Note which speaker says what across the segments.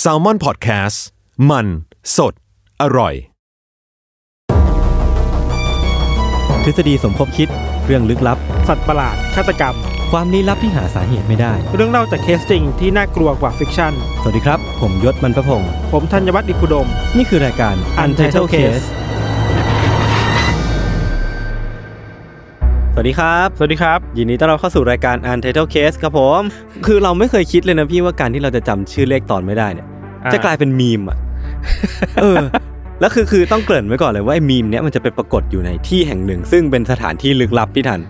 Speaker 1: แซลมอนพอดแคสต์มันสดอร่อย
Speaker 2: ทฤษฎีสมคบคิดเรื่องลึกลับ
Speaker 3: สัตว์ประหลาดฆาตกรรม
Speaker 2: ความลี้ลับที่หาสาเหตุไม่ได้
Speaker 3: เรื่องเล่าจากเคสจริงที่น่ากลัวกว่าฟิกชั่น
Speaker 2: สวัสดีครับ ผมยศมันประพงศ์
Speaker 3: ผมธัญวัฒน์อิพุดม
Speaker 2: นี่คือรายการ Untitled Case สวัสดีครับ
Speaker 3: สวัสดีครับ
Speaker 2: ยินดีต้อนรับเข้าสู่รายการ Untitled Case ครับผม คือเราไม่เคยคิดเลยนะพี่ว่าการที่เราจะจำชื่อเลขตอนไม่ได้เนี่ย
Speaker 3: อ่า
Speaker 2: จะกลายเป็นมีมอ่ะ เออ แล้วคือคือต้องเกริ่นไว้ก่อนเลยว่าไอ้มีมเนี้ยมันจะไปปรากฏอยู่ในที่แห่งหนึ่ง ซึ่งเป็นสถานที่ลึกลับพี่ทัน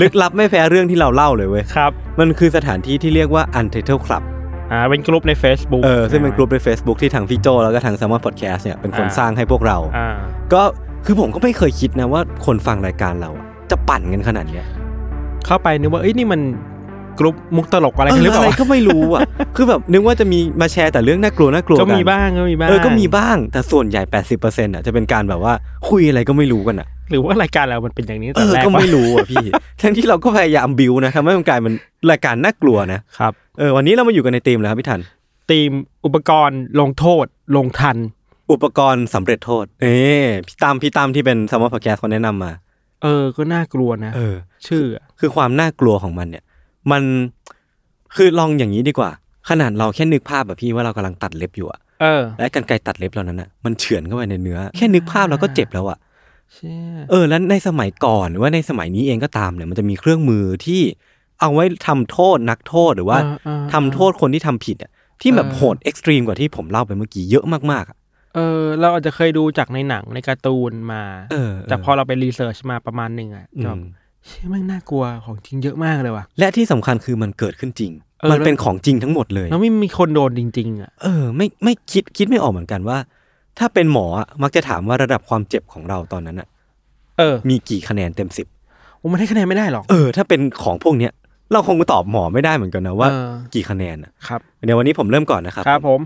Speaker 2: ลึกลับไม่แพ้เรื่องที่เราเล่าเลยเว้ย
Speaker 3: ครับ
Speaker 2: มันคือสถานที่ที่เรียกว่า Untitled Club
Speaker 3: อ่าเป็นกลุ่มใน Facebook
Speaker 2: เออซึ่งเป็นกลุ่มใน Facebook ที่ทางพี่โจแล้วก็ทาง s ซ m ม o n Podcast เนี่ยเป็นคน
Speaker 3: อ่า
Speaker 2: สร้างให้พวกเรา
Speaker 3: อ่า
Speaker 2: ก็คือผมก็ไม่เคยคิดนะว่าคนฟังรายการเราอะจะปั่นกันขนาดเนี้ย
Speaker 3: เข้าไปนึกว่าเอ้ยนี่มันกลุ่มมุกตลกอะไร
Speaker 2: เอ
Speaker 3: กันหรือ อเป
Speaker 2: อะไร
Speaker 3: ล่า
Speaker 2: ก็ไม่รู้ อ่ะ คือแบบนึกว่าจะมีมาแชร์แต่เรื่องน่ากลัวน่ากลัว
Speaker 3: ก็
Speaker 2: น
Speaker 3: มีบ้างก็มีบ้าง
Speaker 2: เออก็มีบ้างแต่ส่วนใหญ่ 80%อ่ะจะเป็นการแบบว่าคุยอะไรก็ไม่รู้กันอ่ะ
Speaker 3: หรือว่ารายการเรามันเป็นอย่างนี้
Speaker 2: เอ
Speaker 3: ตั้ง
Speaker 2: อ
Speaker 3: แต่แรก
Speaker 2: ก็
Speaker 3: วะ
Speaker 2: ไม่รู้อ่ะ พี่ ทั้งที่เราก็พยายามบิวนะทำให้มันกลายเป็นรายการน่ากลัวนะครับ เออวันนี้เรามาอยู่กันในธีมแล้วครับพี่ทัน
Speaker 3: ทีมอุปกรณ์ลงโทษ ลงทัน
Speaker 2: อุปกรณ์สำเร็จโทษเออพี่ตามพี่ตามที่เป็นสมอลพอดแคสต์เขาแนะนำมา
Speaker 3: เออก็น่ากลัวนะ
Speaker 2: เออ
Speaker 3: ชื่ออะ
Speaker 2: คือความน่ากลัวของมันเนี่ย มันคือลองอย่างนี้ดีกว่า ขนาดเราแค่นึกภาพแบบพี่ว่าเรากำลังตัดเล็บอยู่อะ
Speaker 3: เออ
Speaker 2: และกันไกรตัดเล็บเรานั้นอะมันเฉือนเข้าไปในเนื้อ แค่นึกภาพเราก็เจ็บแล้วอะ
Speaker 3: เชี่ย
Speaker 2: เออแล้วในสมัยก่อนหรือว่าในสมัยนี้เองก็ตามเนี่ยมันจะมีเครื่องมือที่เอาไว้ทำโทษนักโทษหรือว่า
Speaker 3: เออเออ
Speaker 2: ทำโทษคนที่ทำผิดอะที่แบบ
Speaker 3: เออ
Speaker 2: โหดเอ็กซ์ตรีมกว่าที่ผมเล่าไปเมื่อกี้เยอะมากๆอะ
Speaker 3: เออเราอาจจะเคยดูจากในหนังในการ์ตูนมา
Speaker 2: เออเ
Speaker 3: แต่พอเราไปรีเสิร์ชมาประมาณหนึ่งอะ
Speaker 2: อื
Speaker 3: แบบ
Speaker 2: ม
Speaker 3: เชี่ยแม่งน่ากลัวของจริงเยอะมากเลยว่ะ
Speaker 2: และที่สำคัญคือมันเกิดขึ้นจริง
Speaker 3: เออ
Speaker 2: มันเป็นของจริงทั้งหมดเลย
Speaker 3: แล้วไม่มีคนโดนจริง ๆ อ่ะ
Speaker 2: เออไม่ไม่คิดคิดไม่ออกเหมือนกันว่า ถ้าเป็นหมออะมักจะถามว่าระดับความเจ็บของเราตอนนั้นอะ
Speaker 3: เออ
Speaker 2: มีกี่คะแนนเต็มสิบ
Speaker 3: โอ้มันให้คะแนนไม่ได้หรอก
Speaker 2: เออ ถ้าเป็นของพวกเนี้ยเราคงตอบหมอไม่ได้เหมือนกันนะว่า
Speaker 3: เออ
Speaker 2: กี่คะแนนอะ
Speaker 3: ครับ
Speaker 2: เดี๋ยววันนี้ผมเริ่มก่อนนะครับ
Speaker 3: ครับผม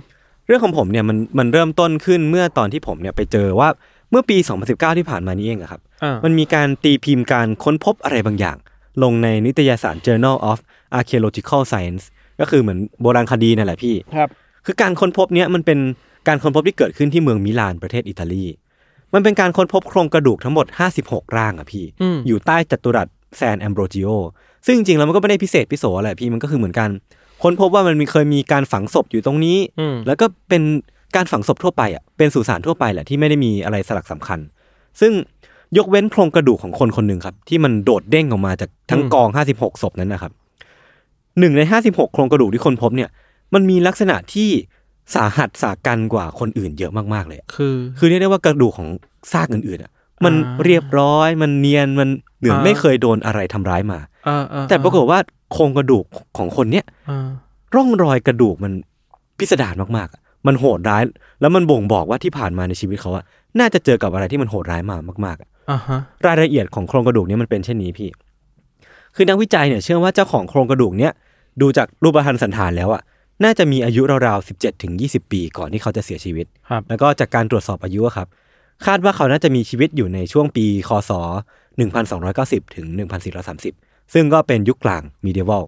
Speaker 2: เรื่องของผมเนี่ยมันมันเริ่มต้นขึ้นเมื่อตอนที่ผมเนี่ยไปเจอว่าเมื่อปี 2019 ที่ผ่านมานี้เองอะครับ
Speaker 3: เออ
Speaker 2: มันมีการตีพิมพ์การค้นพบอะไรบางอย่าง ลงในนิตยสาร Journal of Archaeological Science ก็คือเหมือนโบราณคดีนั่นแหละพี่
Speaker 3: ครับ
Speaker 2: คือการค้นพบเนี้ยมันเป็นการค้นพบที่เกิดขึ้นที่เมืองมิลานประเทศอิตาลี มันเป็นการค้นพบโครงกระดูกทั้งหมด 56 ร่างอะพี่
Speaker 3: อืม
Speaker 2: อยู่ใต้จัตุรัสแซนแอมโบรจิโอ ซึ่งจริงๆแล้วมันก็ไม่ได้พิเศษพิโสอะไรพี่ มันก็คือเหมือนกัน ค้นพบว่ามันมีเคยมีการฝังศพอยู่ตรงนี้
Speaker 3: อืม
Speaker 2: แล้วก็เป็นการฝังศพทั่วไปอ่ะ เป็นสุสานทั่วไปแหละที่ไม่ได้มีอะไรสลักสำคัญ ซึ่งยกเว้นโครงกระดูกของคนคนหนึ่งครับ ที่มันโดดเด้งออกมาจากทั้ง
Speaker 3: อืม
Speaker 2: กอง 56 ศพนั้นนะครับหนึ่งใน 56 โครงกระดูกที่คนพบเนี่ย มันมีลักษณะที่สาหัสสากันกว่าคนอื่นเยอะมากๆเลยอะ
Speaker 3: คือ
Speaker 2: คือเรียกได้ว่ากระดูกของซากอื่นๆอ่ะ มัน
Speaker 3: อ่า
Speaker 2: เรียบร้อย มันเนียน มันเหมือน
Speaker 3: อ่า
Speaker 2: ไม่เคยโดนอะไรทำร้ายมา
Speaker 3: เออเออ
Speaker 2: แต่ปรากฏว่าโครงกระดูกของคนเนี้ย
Speaker 3: เออ
Speaker 2: ร่องรอยกระดูกมันพิสดารมากๆอะมันโหดร้าย แล้วมันบ่งบอกว่าที่ผ่านมาในชีวิตเขาอะน่าจะเจอกับอะไรที่มันโหดร้ายมามากๆอะ
Speaker 3: อ่าฮะ
Speaker 2: รายละเอียดของโครงกระดูกเนี้มันเป็นเช่นนี้พี่ คือนักวิจัยเนี่ยเชื่อว่าเจ้าของโครงกระดูกเนี้ยดูจากรูปพรรณสันฐานแล้วอะน่าจะมีอายุราวๆ 17ถึง20 ปี ก่อนที่เขาจะเสียชีวิต
Speaker 3: ครับ
Speaker 2: แล้วก็จากการตรวจสอบอายุอะครับ คาดว่าเขาน่าจะมีชีวิตอยู่ในช่วงปี คศ 1290 ถึง 1430 ซึ่งก็เป็นยุคกลาง medieval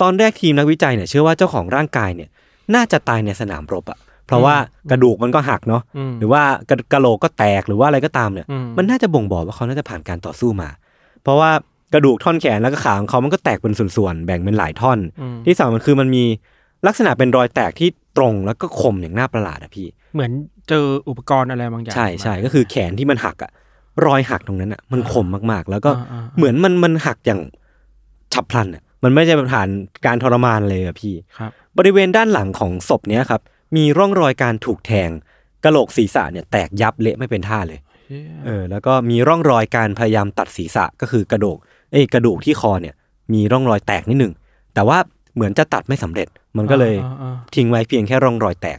Speaker 2: ตอนแรกทีมนักวิจัยเนี่ยเชื่อว่าเจ้าของร่างกายเนี่ย น่าจะตายในสนามรบอะเพราะว่ากระดูกมันก็หักเนาะ
Speaker 3: อืม
Speaker 2: หรือว่ากระกะโหลกก็แตกหรือว่าอะไรก็ตามเนี่ย
Speaker 3: อืม
Speaker 2: มันน่าจะบ่งบอกว่าเขาน่าจะผ่านการต่อสู้มา เพราะว่ากระดูกท่อนแขนแล้วก็ขาของเขามันก็แตกเป็นส่วนๆ แบ่งเป็นหลายท่อน
Speaker 3: อืม
Speaker 2: ที่สามมันคือมันมีลักษณะเป็นรอยแตกที่ตรงแล้วก็คมอย่างน่าประหลาดอะพี่
Speaker 3: เหมือนเจออุปกรณ์อะไรบางอย่าง
Speaker 2: ใช่ใช่ก็คือแขนที่มันหักอะรอยหักตรงนั้นอะมันคมมากๆ แล้วก็
Speaker 3: อ่า
Speaker 2: เหมือนมันมันหักอย่างฉับพลันอะมันไม่ใช่ผ่านการทรมานเลยอะพี่
Speaker 3: ๆครับ
Speaker 2: บริเวณด้านหลังของศพเนี้ยครับมีร่องรอยการถูกแทงกระโหลกศีรษะเนี่ยแตกยับเละไม่เป็นท่าเลย เออแล้วก็มีร่องรอยการพยายามตัดศีรษะก็คือกระดูกเอ้ยกระดูกที่คอเนี่ย มีร่องรอยแตกนิดหนึ่งแต่ว่าเหมือนจะตัดไม่สำเร็จ มันก็เลย
Speaker 3: อ่าอ่าอ่า
Speaker 2: ทิ้งไว้เพียงแค่ร่องรอยแตก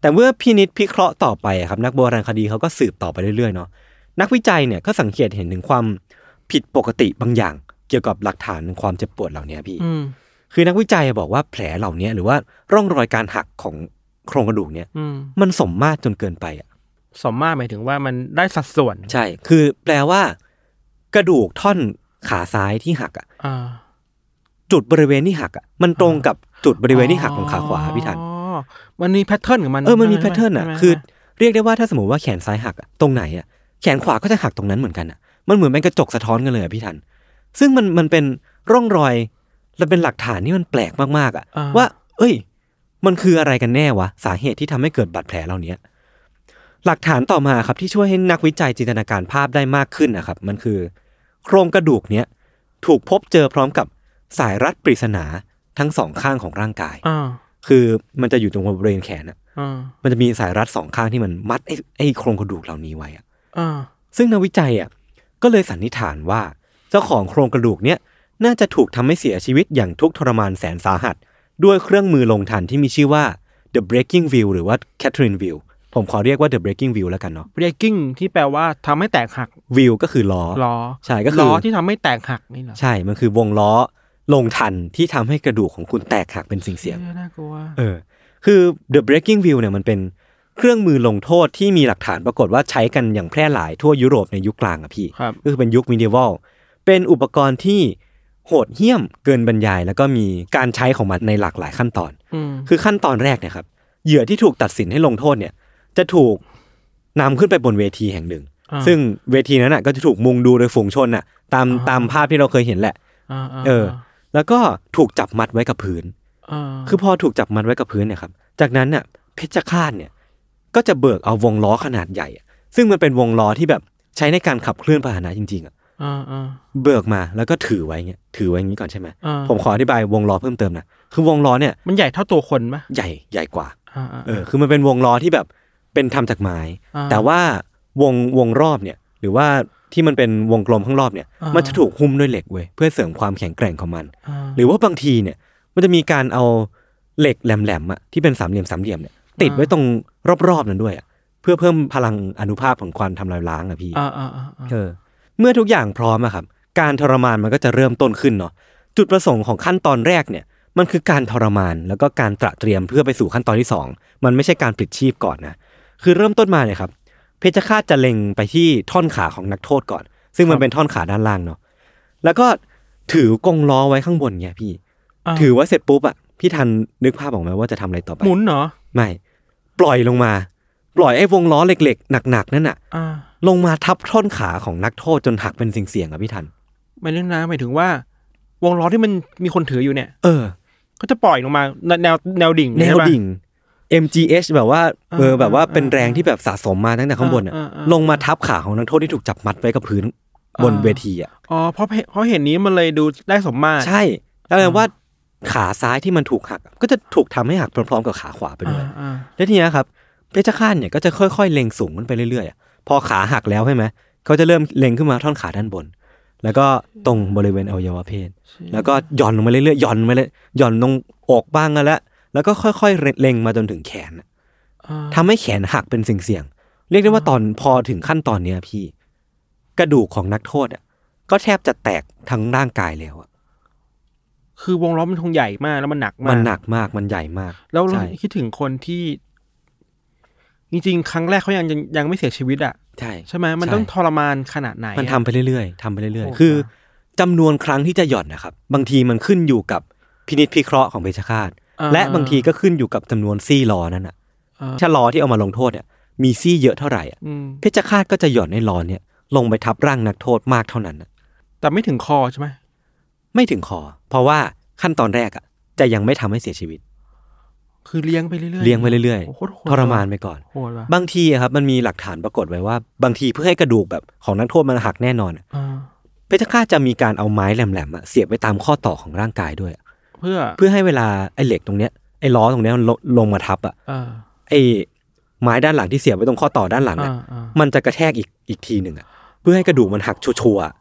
Speaker 2: แต่เมื่อพินิษพิเคราะห์ต่อไปอะครับ นักโบราณคดีเขาก็สืบต่อไปเรื่อยๆเนาะนักวิจัยเนี่ยก็สังเกตเห็นถึงความผิดปกติบางอย่าง เกี่ยวกับหลักฐานของความเจ็บปวดเหล่านี้พี่
Speaker 3: อืม
Speaker 2: คือนักวิจัยบอกว่าแผลเหล่านี้หรือว่าร่องรอยการหักของโครงกระดูกเนี่ย
Speaker 3: อืม
Speaker 2: มันสมมาตรจนเกินไปอะ
Speaker 3: สมมาตรหมายถึงว่ามันได้สัดส่วน
Speaker 2: ใช่ คือแปลว่า กระดูกท่อนขาซ้ายที่หักอะ
Speaker 3: อ่า
Speaker 2: จุดบริเวณที่หักอะมันตรงกับ จุดบริเวณที่หักของขาขวาพี่ทัน
Speaker 3: อ๋อมันมีแพทเทิร์นของมัน
Speaker 2: เออ มันมีแพทเทิร์นอ่ะ
Speaker 3: ใช่ไหม
Speaker 2: คือ
Speaker 3: ใช่ไหม
Speaker 2: เรียกได้ว่าถ้าสมมติว่าแขนซ้ายหักอะตรงไหนอ่ะ แขนขวาก็จะหักตรงนั้นเหมือนกันอ่ะ มันเหมือนเป็นกระจกสะท้อนกันเลยอะพี่ทัน ซึ่งมันมันเป็นร่องรอย และเป็นหลักฐานที่มันแปลกมากๆอ่ะ
Speaker 3: อ่
Speaker 2: ว่า เอ้ย มันคืออะไรกันแน่วะ สาเหตุที่ทำให้เกิดบาดแผลเหล่านี้หลักฐานต่อมาครับที่ช่วยให้นักวิจัยจินตนาการภาพได้มากขึ้นนะครับ มันคือ โครงกระดูกเนี้ยถูกพบเจอพร้อมกับสายรัดปริศนาทั้งสองข้างของร่างกาย
Speaker 3: อ่า
Speaker 2: คือมันจะอยู่ตรงบริเวณแขนอะ
Speaker 3: อ่า
Speaker 2: มันจะมีสายรัดสองข้างที่มันมัดไอ้ไอ้โครงกระดูกเหล่านี้ไว้อะ
Speaker 3: อ่า
Speaker 2: ซึ่งนักวิจัยอ่ะก็เลยสันนิษฐานว่า เจ้าของโครงกระดูกเนี่ยน่าจะถูกทำให้เสียชีวิตอย่างทุกข์ทรมานแสนสาหัส ด้วยเครื่องมือลงทันที่มีชื่อว่า the breaking view หรือว่า Catherine view ผมขอเรียกว่า the breaking view แล้วกันเนาะ
Speaker 3: เบรกิ้งที่แปลว่าทำให้แตกหัก
Speaker 2: view ก็คือล้อ
Speaker 3: ล้อ
Speaker 2: ใช่ก็คือ
Speaker 3: ล้อที่ทำให้แตกหักนี่เหรอ
Speaker 2: ใช่ มันคือวงล้อลงทันที่ทำให้กระดูกของคุณแตกหักเป็นสิ่งเสียง
Speaker 3: ออน่ากลัว
Speaker 2: เออคือ The Breaking View เนี่ยมันเป็นเครื่องมือลงโทษที่มีหลักฐานปรากฏว่าใช้กันอย่างแพร่หลายทั่วยุโรปในยุคกลางอะพี่
Speaker 3: ครับ
Speaker 2: ก็คือเป็นยุคมิเดวัลเป็นอุปกรณ์ที่โหดเหี้ยมเกินบรรยาย แล้วก็มีการใช้ของมันในหลากหลายขั้นตอน
Speaker 3: อืม
Speaker 2: คือขั้นตอนแรกเนี่ยครับเหยื่อที่ถูกตัดสินให้ลงโทษเนี่ย จะถูกนำขึ้นไปบนเวทีแห่งหนึ่ง
Speaker 3: อ่า
Speaker 2: ซึ่งเวทีนั้นน่ะก็จะถูกมุงดูโดยฝูงชนน่ะตาม
Speaker 3: อ่า
Speaker 2: ตามภาพที่เราเคยเห็นแหละ
Speaker 3: อ่าา
Speaker 2: เออ แล้วก็ถูกจับมัดไว้กับพื้น
Speaker 3: อ่า
Speaker 2: คือพอถูกจับมัดไว้กับพื้นเนี่ยครับ จากนั้นเนี่ยเพชฌฆาตเนี่ยก็จะเบิกเอาวงล้อขนาดใหญ่อะซึ่งมันเป็นวงล้อที่แบบใช้ในการขับเคลื่อนพาหนะจริงๆอะ
Speaker 3: อ่าอ่า
Speaker 2: เบิกมาแล้วก็ถือไว้เงี้ยถือไว้อย่างนี้ก่อนใช่ไหม
Speaker 3: อ่า
Speaker 2: ผมขออธิบายวงล้อเพิ่มเติมนะคือวงล้อเนี่ย
Speaker 3: มันใหญ่เท่าตัวคนปะ
Speaker 2: ใหญ่ใหญ่กว่า
Speaker 3: อ่าอ่า
Speaker 2: เออคือมันเป็นวงล้อที่แบบเป็นทำจากไม้
Speaker 3: อ่
Speaker 2: แต่ว่าวงวงรอบเนี่ยหรือว่าที่มันเป็นวงกลมข้างรอบเนี่ย
Speaker 3: อ่ามั
Speaker 2: มันจะถูกหุ้มด้วยเหล็กเว้ยเพื่อเสริมความแข็งแกร่งของมัน
Speaker 3: อ่า
Speaker 2: หรือว่าบางทีเนี่ยมันจะมีการเอาเหล็กแหลมๆอะที่เป็นสามเหลี่ยมสามเหลี่ยมเนี่ยติดไว้ตรงรอบๆนั้นด้วยอะเพื่อเพิ่มพลังอนุภาพของความทำลายล้างอะพี่
Speaker 3: อ่าอ่าอ่า
Speaker 2: เออเมื่อทุกอย่างพร้อมอะครับการทรมานมันก็จะเริ่มต้นขึ้นเนาะจุดประสงค์ของขั้นตอนแรกเนี่ยมันคือการทรมานแล้วก็การตระเตรียมเพื่อไปสู่ขั้นตอนที่สองมันไม่ใช่การปลิดชีพก่อนนะคือเริ่มต้นมาเนี่ยครับเพชฌฆาตจะเล็งไปที่ท่อนขาของนักโทษก่อน ซึ่งมันเป็นท่อนขาด้านล่างเนาะแล้วก็ถือกรงล้อไว้ข้างบนไงพี่
Speaker 3: อ่า
Speaker 2: ถือว่าเสร็จปุ๊บอ่ะพี่ทันนึกภาพออกไหมว่าจะทำอะไรต่อไป
Speaker 3: หมุนเหรอ
Speaker 2: ไม่ ปล่อยลงมา ปล่อยไอ้วงล้อเหล็กๆ หนักๆนั่นน่ะ
Speaker 3: อ่า
Speaker 2: ลงมาทับท่อนขาของนักโทษจนหักเป็นเสียงๆอ่ะพี่ทัน
Speaker 3: ไม่เรื่องนะหมายถึงว่า วงล้อที่มันมีคนถืออยู่เนี่ย
Speaker 2: เออ
Speaker 3: ก็จะปล่อยลงมาแนวแนวดิ่ง
Speaker 2: แนว
Speaker 3: ใช่ปะ
Speaker 2: ดิ่ง MGH แบบว่าเออ
Speaker 3: เออ
Speaker 2: แบบว่า
Speaker 3: เออ
Speaker 2: เป็นแรงที่แบบสะสมมาตั้งแต่ข้างบนอ่ะ
Speaker 3: เออเออเออ
Speaker 2: ลงมาทับขาของนักโทษที่ถูกจับมัดไว้กับพื้นบน
Speaker 3: เออ
Speaker 2: เวทีอ่ะ
Speaker 3: อ๋อเพราะเพเพราะเห็นนี้มันเลยดูได้สมมาตร
Speaker 2: ใช่แล้วแปลว่าขาซ้ายที่มันถูกหัก ก็จะถูกทำให้หักพร้อมๆกับขาขวาไปด้วย
Speaker 3: อ่าอ่า
Speaker 2: แล้วทีเนี้ยครับเพชฌฆาตเนี่ยก็จะค่อยๆ เล็งสูงขึ้นไปเรื่อยๆอะพอขาหักแล้วใช่ไหมเขาจะเริ่มเล็งขึ้นมาท่อนขาด้านบน แล้วก็ตรงบริเวณอวัยวะเพศ แล้วก็หย่อนลงมาเรื่อยๆหย่อนมาเลยหย่อนลงอกบ้างกันแล้วแล้วก็ค่อยๆเล็งมาจนถึงแขนอะ
Speaker 3: อ่า
Speaker 2: ทำให้แขนหักเป็นสิ่งเสี่ยงๆเรียกได้ว่าตอนพอถึงขั้นตอนเนี้ยพี่ กระดูกของนักโทษอ่ะก็แทบจะแตกทั้งร่างกายแล้วอะ
Speaker 3: คือวงล้อมันคงใหญ่มากแล้วมันหนักมาก
Speaker 2: มันหนักมากมันใหญ่มาก
Speaker 3: แล้วเรา
Speaker 2: ใช่
Speaker 3: คิดถึงคนที่ จริงๆ ครั้งแรกเขายังยังยังไม่เสียชีวิตอ่ะ
Speaker 2: ใช่
Speaker 3: ใช่ไหมมัน
Speaker 2: ใช่
Speaker 3: ต้องทรมานขนาดไหนอะ
Speaker 2: มันทำไปเรื่อยๆทำไปเรื่อย
Speaker 3: โอ้
Speaker 2: ๆ คือ
Speaker 3: ว้
Speaker 2: จำนวนครั้งที่จะหย่อนนะครับ บางทีมันขึ้นอยู่กับพินิษพิเคราะห์ของเพชฌฆาต
Speaker 3: อ่
Speaker 2: และบางทีก็ขึ้นอยู่กับจำนวนซี่ล้อนั่นน่ะ
Speaker 3: อ่า
Speaker 2: ถ้าล้อที่เอามาลงโทษเนี่ยมีซี่เยอะเท่าไหร่อะ
Speaker 3: อืม
Speaker 2: เพชฌฆาตก็จะหย่อนในล้อเนี่ยลงไปทับร่างนักโทษมากเท่านั้นน่ะ
Speaker 3: แต่ไม่ถึงคอใช่ไหม
Speaker 2: ไม่ถึงคอ เพราะว่าขั้นตอนแรกอะจะยังไม่ทำให้เสียชีวิต
Speaker 3: คือเลี้ยงไปเรื่อยๆ
Speaker 2: เลี้ยงไปเรื่อย
Speaker 3: โโหโคตโหด
Speaker 2: ๆ ทรมานไปก่อน
Speaker 3: โหดว่ะ
Speaker 2: บางทีอะครับมันมีหลักฐานปรากฏไว้ว่า บางทีเพื่อให้กระดูกแบบของนักโทษมันหักแน่นอนอะ
Speaker 3: อ่า
Speaker 2: เพชฌฆาตจะมีการเอาไม้แหลมๆอะเสียบไว้ตามข้อต่อของร่างกายด้วย
Speaker 3: เพื่อ
Speaker 2: เพื่อให้เวลาไอ้เหล็กตรงเนี้ยไอ้ล้อตรงเนี้ยมันลงลงมาทับอ่ะ
Speaker 3: เออ
Speaker 2: ไอ้ไม้ด้านหลังที่เสียบไว้ตรงข้อต่อด้านหลัง
Speaker 3: อ่า
Speaker 2: อ่ะ
Speaker 3: อ่า
Speaker 2: มันจะกระแทกอีกอีกทีหนึ่งอ่ะเพื่อให้กระดูกมันหักชัวร์ๆอะ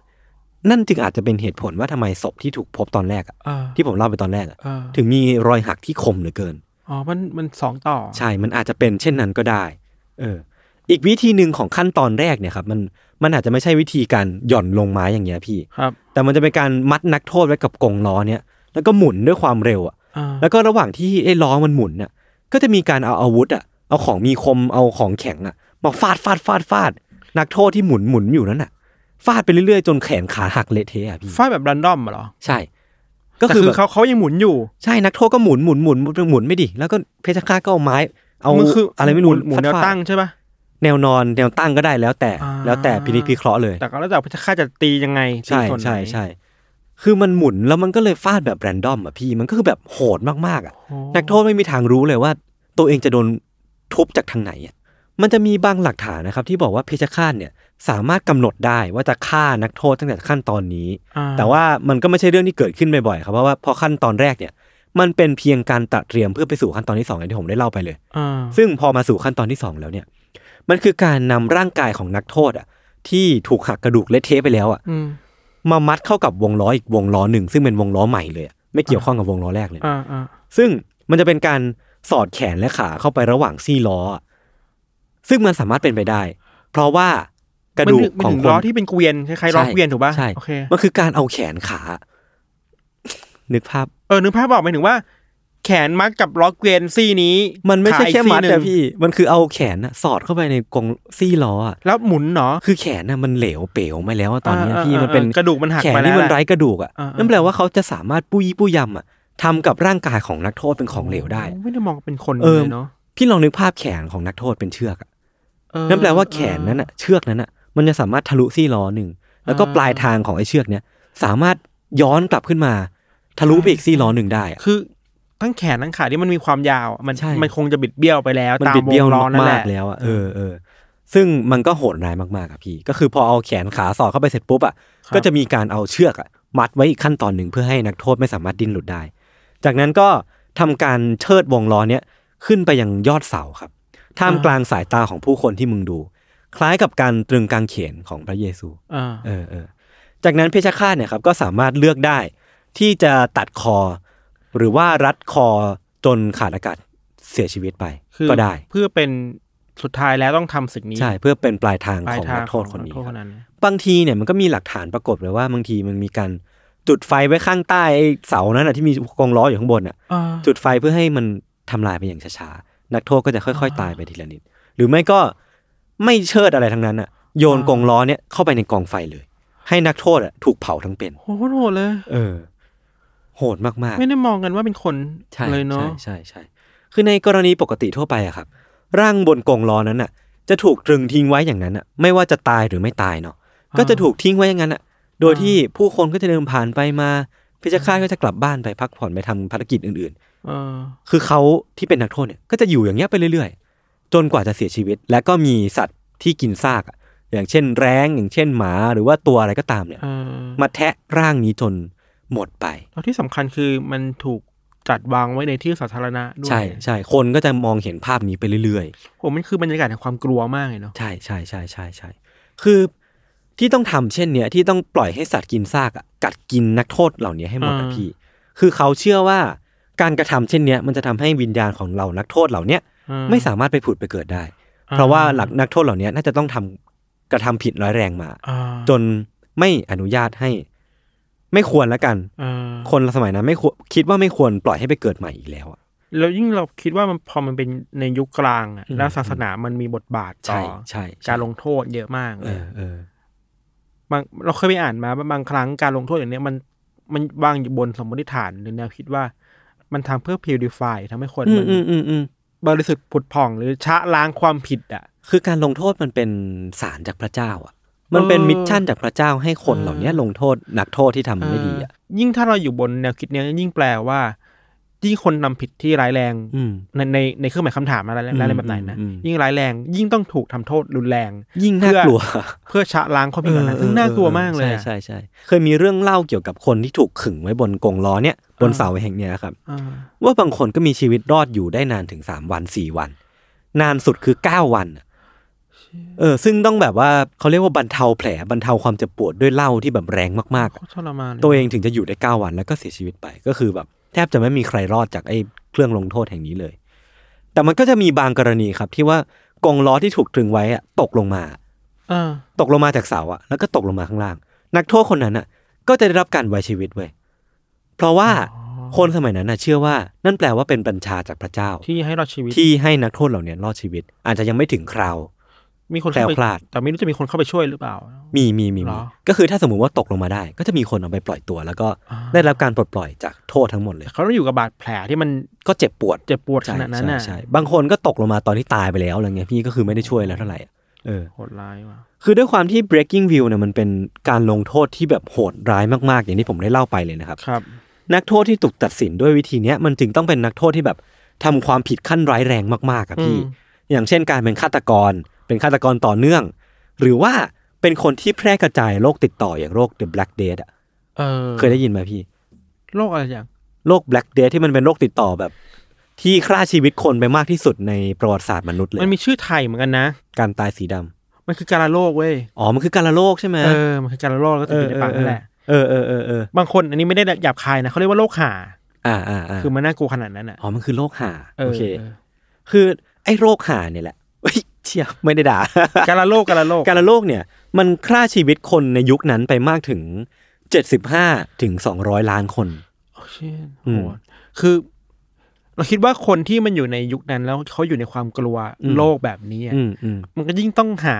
Speaker 2: นั่นจึงอาจจะเป็นเหตุผลว่าทำไมศพที่ถูกพบตอนแรกอ่ะ
Speaker 3: อ่า
Speaker 2: ที่ผมเล่าไปตอนแรกอ่ะ
Speaker 3: เออ
Speaker 2: ถึงมีรอยหักที่คมเหลือเกิน
Speaker 3: อ๋อ มัน มันสองต่อ
Speaker 2: ใช่ มันอาจจะเป็นเช่นนั้นก็ได้ เออ อีกวิธีหนึ่งของขั้นตอนแรกเนี่ยครับมันมันอาจจะไม่ใช่วิธีการหย่อนลงไม้อย่างเงี้ยพี่
Speaker 3: ครับ
Speaker 2: แต่มันจะเป็นการมัดนักโทษไว้กับกรงล้อเนี่ยแล้วก็หมุนด้วยความเร็วอ่ะ
Speaker 3: อ่า
Speaker 2: แล้วก็ระหว่างที่ไอ้ล้อมันหมุนน่ะ ก็จะมีการเอาอาวุธอ่ะ เอาของมีคม เอาของแข็งอ่ะ มาฟาดฟาดฟาดฟาด นักโทษที่หมุนหมุนอยู่นั่นน่ะ ฟาดไปเรื่อยๆ จนแขนขาหักเละเทะอะพี่
Speaker 3: ฟาดแบบรันดอมเหรอ
Speaker 2: ใช่ ก็
Speaker 3: ก็
Speaker 2: คื
Speaker 3: คือ อ
Speaker 2: แบบ
Speaker 3: เขาเขายังหมุนอยู่
Speaker 2: ใช่นักโทษก็หมุนหมุนหมุนหมุนหมุนไม่ดิแล้วก็เพชรฆาตก็เอาไม้ เอา
Speaker 3: มันคือ
Speaker 2: อะไรไม่รู้
Speaker 3: หมุนแนว
Speaker 2: ฟาดๆ
Speaker 3: ตั้งใช่ปะ
Speaker 2: แนวนอนแนวตั้งก็ได้แล้วแต่
Speaker 3: อ่า
Speaker 2: แล้วแต่พินิจพิเคราะห์เลย
Speaker 3: แต่ก็แล้วแต่พระค่าจะตียังไงตี
Speaker 2: ใช่
Speaker 3: ส่วนไหน
Speaker 2: ใช่ใช่ คือมันหมุนแล้วมันก็เลยฟาดแบบแรนดอมอ่ะพี่มันก็คือแบบโหดมากๆอ่ะ
Speaker 3: โอ้
Speaker 2: นักโทษไม่มีทางรู้เลยว่า ตัวเองจะโดนทุบจากทางไหนอะมันจะมีบางหลักฐานนะครับ ที่บอกว่าเพชฌฆาตเนี่ยสามารถกำหนดได้ว่าจะฆ่านักโทษตั้งแต่ขั้นตอนนี้
Speaker 3: อ่
Speaker 2: แต่ว่ามันก็ไม่ใช่เรื่องที่เกิดขึ้นบ่อยๆครับเพราะว่าพอขั้นตอนแรกเนี่ย มันเป็นเพียงการตระเตรียมเพื่อไปสู่ขั้นตอนที่สองอย่างที่ผมได้เล่าไปเลย
Speaker 3: อ่า
Speaker 2: ซึ่งพอมาสู่ขั้นตอนที่สองแล้วเนี่ย มันคือการนำร่างกายของนักโทษอ่ะที่ถูกหักกระดูกเละเทะไปแล้วอ่ะ
Speaker 3: อืม
Speaker 2: มามัดเข้ากับวงล้ออีกวงล้อหนึ่งซึ่งเป็นวงล้อใหม่เลยอะไม่เกี่ยวข้องกับวงล้อแรกเลย
Speaker 3: อ่าอ่า
Speaker 2: ซึ่งมันจะเป็นการสอดแขนและขาเข้าไประหว่างซี่ล้ออะซึ่งมันสามารถเป็นไปได้ เพราะว่ากระดูก
Speaker 3: มัน
Speaker 2: ขอ
Speaker 3: ถึ
Speaker 2: ง
Speaker 3: ง
Speaker 2: คน
Speaker 3: ล้อที่เป็นเกวียนคล้ายๆล้อ
Speaker 2: ใช่
Speaker 3: เกวียนถูกป่ะ
Speaker 2: ใช่
Speaker 3: โอเค
Speaker 2: มันคือการเอาแขนขา นึกภาพ
Speaker 3: เออนึกภาพบอกหมายถึงว่า แขนมัดกับล้อเกวียนซี่นี้
Speaker 2: มันไม่ใช่
Speaker 3: ขาอีก
Speaker 2: แค่มัด
Speaker 3: ซี่หนึ่
Speaker 2: แต่
Speaker 3: ง
Speaker 2: พี่ มันคือเอาแขนน่ะสอดเข้าไปในกรงซี่ล้ออะ
Speaker 3: แล้วหมุนเนาะ
Speaker 2: คือแขนน่ะมันเหลวเป๋วมาแล้วอะตอนเนี้ย
Speaker 3: อ่า
Speaker 2: พี่
Speaker 3: อ่า
Speaker 2: มันเป็น
Speaker 3: อ่ากระดูกมันหัก
Speaker 2: แขน
Speaker 3: มาแล้ว
Speaker 2: ที่มันไร้กระดูกอะ
Speaker 3: อ่าอ่านั่
Speaker 2: นั่นแปลว่าเขาจะสามารถปุยปุยยำอะทำกับร่างกายของนักโทษเป็นของเหลวได้
Speaker 3: ไม่ได้มองเป็นคน
Speaker 2: เออ
Speaker 3: เลยเนาะ
Speaker 2: พี่ลองนึกภาพแขนของนักโทษเป็นเชือกอะ
Speaker 3: เออ
Speaker 2: นั่นแปลว่าแขนนั้นอะเชือกนั้นอะมันจะสามารถทะลุซี่ล้อหนึ่ง แล้วก็ปลายทางของไอ้เชือกเนี้ยสามารถย้อนกลับขึ้นมา ทะลุไปอีกซี่ล้อหนึ่งได้อะ
Speaker 3: คือทั้งแขนทั้งขาที่มันมีความยาวอะมัน
Speaker 2: ใช่
Speaker 3: มันคงจะบิดเบี้ยวไปแล้ว
Speaker 2: มัน
Speaker 3: ตาม
Speaker 2: บิดเบี้ยว
Speaker 3: งล้อนั่นแห
Speaker 2: มา
Speaker 3: ละ
Speaker 2: กๆแล้วอะเออเออซึ่งมันก็โหดร้ายมากๆอะพี่ ก็คือพอเอาแขนขาสอดเข้าไปเสร็จปุ๊บอะก็จะมีการเอาเชือกอะมัดไว้อีกขั้นตอนหนึ่งเพื่อให้นักโทษไม่สามารถดิ้นหลุดได้ จากนั้นก็ทำการเชิดวงล้อเนี้ยขึ้นไปยังยอดเสาครับ ท่ามกลางสายตาของผู้คนที่มึงดู คล้ายกับการตรึงกางเขนของพระเยซู
Speaker 3: เออ
Speaker 2: เออเออจากนั้นเพชฌฆาตเนี่ยครับก็สามารถเลือกได้ที่จะตัดคอ หรือว่ารัดคอจนขาดอากาศเสียชีวิตไป
Speaker 3: คือ
Speaker 2: ก็ได้
Speaker 3: เพื่อเป็นสุดท้ายแล้วต้องทำสิ่งนี้
Speaker 2: ใช่เพื่อเป็นปลายทาง
Speaker 3: ปลา
Speaker 2: ข
Speaker 3: ย
Speaker 2: อง
Speaker 3: ทา
Speaker 2: นั
Speaker 3: ง
Speaker 2: กโทษคนนี้
Speaker 3: ของกโทษ
Speaker 2: ครับบางทีเนี่ยมันก็มีหลักฐานประกบเลยว่าบางทีมันมีการจุดไฟไว้ข้างใต้ไอ้เสานั้นนะที่มีกองล้ออยู่ข้างบนน่ะ
Speaker 3: อ่า
Speaker 2: จุดไฟเพื่อให้มันทำลายไปอย่างช้าๆนักโทษก็จะค่อย ๆ ตายไปทีละนิดหรือไม่ก็ไม่เชิดอะไรทั้งนั้นอ่ะโยนกองล้อเนี่ยเข้าไปในกองไฟเลย ให้นักโทษอ่ะถูกเผาทั้งเป็น
Speaker 3: โหโหดเลย
Speaker 2: เออ โหดมากๆ
Speaker 3: ไม่ได้มองกันว่าเป็นคน
Speaker 2: ใช่
Speaker 3: เลยเนาะ
Speaker 2: ใช่ใช่ใช่คือในกรณีปกติทั่วไปอะครับ ร่างบนกองล้อนั้นอะจะถูกตรึงทิ้งไว้อย่างนั้นอะไม่ว่าจะตายหรือไม่ตายเนาะก็จะถูกทิ้งไว้อย่างนั้นอะโดยที่ผู้คนก็จะเดินผ่านไปมาเพชฌฆาตก็จะกลับบ้านไปพักผ่อนไปทำภารกิจอื่น
Speaker 3: เออ
Speaker 2: ๆ คือเขาที่เป็นนักโทษเนี่ยก็จะอยู่อย่างเงี้ยไปเรื่อยๆ จนกว่าจะเสียชีวิต และก็มีสัตว์ที่กินซากอะอย่างเช่น แร้งอย่างเช่นหมาหรือว่าตัวอะไรก็ตามเนี่ย
Speaker 3: เออ
Speaker 2: มาแทะร่างนี้จนหมดไป
Speaker 3: แล้วที่สำคัญคือมันถูกจัดวางไว้ในที่สาธารณะด้วย
Speaker 2: ใช่ใช่คนก็จะมองเห็นภาพนี้ไปเรื่อย
Speaker 3: โหมันคือบรรยากาศแห่งความกลัวมากเลยเนาะ
Speaker 2: ๆ ใช่ใช่ใช่ใช่ใช่คือที่ต้องทำเช่นเนี้ยที่ต้องปล่อยให้สัตว์กินซากอะกัดกินนักโทษเหล่านี้ให้หมดอะพี่ คือเขาเชื่อว่าการกระทำเช่นเนี้ยมันจะทำให้วิญญาณของเรานักโทษเหล่าเนี้ย
Speaker 3: เออ
Speaker 2: ไม่สามารถไปผุดไปเกิดได้
Speaker 3: อ่า
Speaker 2: เพราะว่าหลักนักโทษเหล่านี้น่าจะต้องทำกระทำผิดร้ายแรงมา
Speaker 3: อ่า
Speaker 2: จนไม่อนุญาตให้ ไม่ควรละกัน
Speaker 3: เออ
Speaker 2: คนสมัยนั้นไม่ควรคิดว่าไม่ควรปล่อยให้ไปเกิดใหม่อีกแล้วอะ
Speaker 3: แล้วยิ่งเราคิดว่ามันพอมันเป็นในยุคกลางอะ
Speaker 2: อืม
Speaker 3: แล้วศาสนามันมีบทบาทต่
Speaker 2: ใช่
Speaker 3: อ
Speaker 2: ใช่ใช่
Speaker 3: การลงโทษเยอะมากเล
Speaker 2: เอย อเออ
Speaker 3: บางเราเคยไปอ่านมาว่าบางครั้งการลงโทษอย่างเนี้ยมันมันวางอยู่บนสมมติฐานหรือแนวคิดว่า มันทำเพื่อ purify ทำให้คน
Speaker 2: อื
Speaker 3: มั
Speaker 2: ม
Speaker 3: น
Speaker 2: อืมอืมอืม
Speaker 3: บริสุทธิ์ผุดผ่องหรือชะล้างความผิดอ่ะ
Speaker 2: คือการลงโทษมันเป็นสารจากพระเจ้าอ่ะ มันเป็น
Speaker 3: เออ
Speaker 2: มิชชั่นจากพระเจ้าให้คนเหล่านี้ลงโทษนักโทษที่ทำไม่ดีอ่ะ
Speaker 3: เออยิ่งถ้าเราอยู่บนแนวคิดเนี้ยยิ่งแปลว่ายิ่งคนนำผิดที่ร้ายแรง
Speaker 2: อืม
Speaker 3: ในในในเครื่องหมายคำถามอะไร
Speaker 2: อืม
Speaker 3: อะไรแบบไหนนะ
Speaker 2: อืมอืม
Speaker 3: ยิ่งร้ายแรง ยิ่งต้องถูกทำโทษรุนแรง
Speaker 2: ยิ่งน่ากลัว
Speaker 3: เพื่อชะล้างความผิดเหล่านั้นซึ่งน่ากลัวมากเลยอะ
Speaker 2: ใช่ใช่ใช่เคยมีเรื่องเล่าเกี่ยวกับคนที่ถูกขึงไว้บนกรงล้อเนี่ยบนเสาแห่งเนี้ยครับ
Speaker 3: เออ
Speaker 2: ว่าบางคนก็มีชีวิตรอดอยู่ได้นานถึงสามวันสี่วัน นานสุดคือเก้าวันอะเออ ซึ่งต้องแบบว่าเขาเรียกว่าบรรเทาแผลบรรเทาความเจ็บปวดด้วยเหล้าที่แบบแรงมากๆอะ
Speaker 3: โคตรทรมานลย
Speaker 2: ตัวเองถึงจะอยู่ได้ 9 วันแล้วก็เสียชีวิตไป ก็คือแบบแทบจะไม่มีใครรอดจากไอ้เครื่องลงโทษแห่งนี้เลย แต่มันก็จะมีบางกรณีครับที่ว่ากองล้อที่ถูกตรึงไว้อะตกลงมา
Speaker 3: เออ
Speaker 2: ตกลงมาจากเสาอะแล้วก็ตกลงมาข้างล่าง นักโทษคนนั้นอะก็จะได้รับการไว้ชีวิตเว้ยเพราะว่าคนสมัยนั้นน่ะเชื่อว่านั่นแปลว่าเป็นบัญชาจากพระเจ้า
Speaker 3: ที่ให้รอดชีวิต
Speaker 2: ที่ให้นักโทษเหล่าเนี้ยรอดชีวิต อาจจะยังไม่ถึงคราว
Speaker 3: มีคน
Speaker 2: แคล้ว
Speaker 3: เข้าไป
Speaker 2: คลาด
Speaker 3: แต่ไม่รู้จะมีคนเข้าไปช่วยหรือเปล่า
Speaker 2: มีมีมี
Speaker 3: เหร
Speaker 2: มี
Speaker 3: อ
Speaker 2: ก็คือถ้าสมมุติว่าตกลงมาได้ ก็จะมีคนเอาไปปล่อยตัว แล้วก็ได้รับการปลดปล่อยจากโทษทั้งหมดเลย
Speaker 3: เขาต้องอยู่กับบาดแผลที่มัน
Speaker 2: ก็เจ็บปวด
Speaker 3: เจ็บปวดข
Speaker 2: ใช่
Speaker 3: นาดนั้น
Speaker 2: ใช่
Speaker 3: น่ะ
Speaker 2: ใช่บางคนก็ตกลงมาตอนที่ตายไปแล้วอะไรเงี้ยพี่ก็คือไม่ได้ช่วยแล้วเท่าไหร่อะเออ
Speaker 3: โหดร้ายว่ะ
Speaker 2: คือด้วยความที่ breaking view เนี่ยมันเป็นการลงโทษที่แบบโหดร้ายมากๆ อย่างที่ผมได้เล่าไปเลยนะครับ
Speaker 3: ครับ
Speaker 2: นักโทษที่ถูกตัดสินด้วยวิธีเนี้ยมันจึงต้องเป็นนักโทษที่แบบทำความผิดขั้นร้ายแรงมากๆอะพี่
Speaker 3: อืม
Speaker 2: อย่างเช่นการเป็นฆาตกร เป็นฆาตกรต่อเนื่อง หรือว่าเป็นคนที่แพร่กระจายโรคติดต่ออย่างโรค the black death อะ
Speaker 3: เออ
Speaker 2: เคยได้ยินไหมพี่
Speaker 3: โรคอะไรอย่าง
Speaker 2: โรค black death ที่มันเป็นโรคติดต่อแบบ ที่ฆ่าชีวิตคนไปมากที่สุดในประวัติศาสตร์มนุษย์เลย
Speaker 3: มันมีชื่อไทยเหมือนกันนะ
Speaker 2: การตายสีดำ
Speaker 3: มันคือการะโรคเว้ย
Speaker 2: อ๋อมันคือการละโรคใช่ไหม
Speaker 3: เออมันคือการะโรคแล้วติดอยู่ในปากนั่นแหละ
Speaker 2: เออเออเออเออ
Speaker 3: บางคนอันนี้ไม่ได้หยาบคายนะเขาเรียกว่าโรคห่า
Speaker 2: อ่าอ่าอ่า
Speaker 3: คือมันน่ากลัวขนาดนั้นอ่ะ
Speaker 2: อ๋อ มันคือโรคหา
Speaker 3: เออ
Speaker 2: โอเค คือไอ้โรคหาเนี่ยแหละ เฮ้ยเชี่ยไม่ได้ด่า
Speaker 3: การะโรคการะโรค
Speaker 2: การละโรคเนี่ย มันฆ่าชีวิตคนในยุคนั้นไปมากถึง 75ถึง200 ล้านคน
Speaker 3: โอ้เชี่ย
Speaker 2: อื
Speaker 3: โห
Speaker 2: ม
Speaker 3: ดคือ เราคิดว่าคนที่มันอยู่ในยุคนั้นแล้วเขาอยู่ในความกลัว
Speaker 2: อืม
Speaker 3: โรคแบบนี้อะ
Speaker 2: อืมอืม
Speaker 3: มันก็ยิ่งต้องหา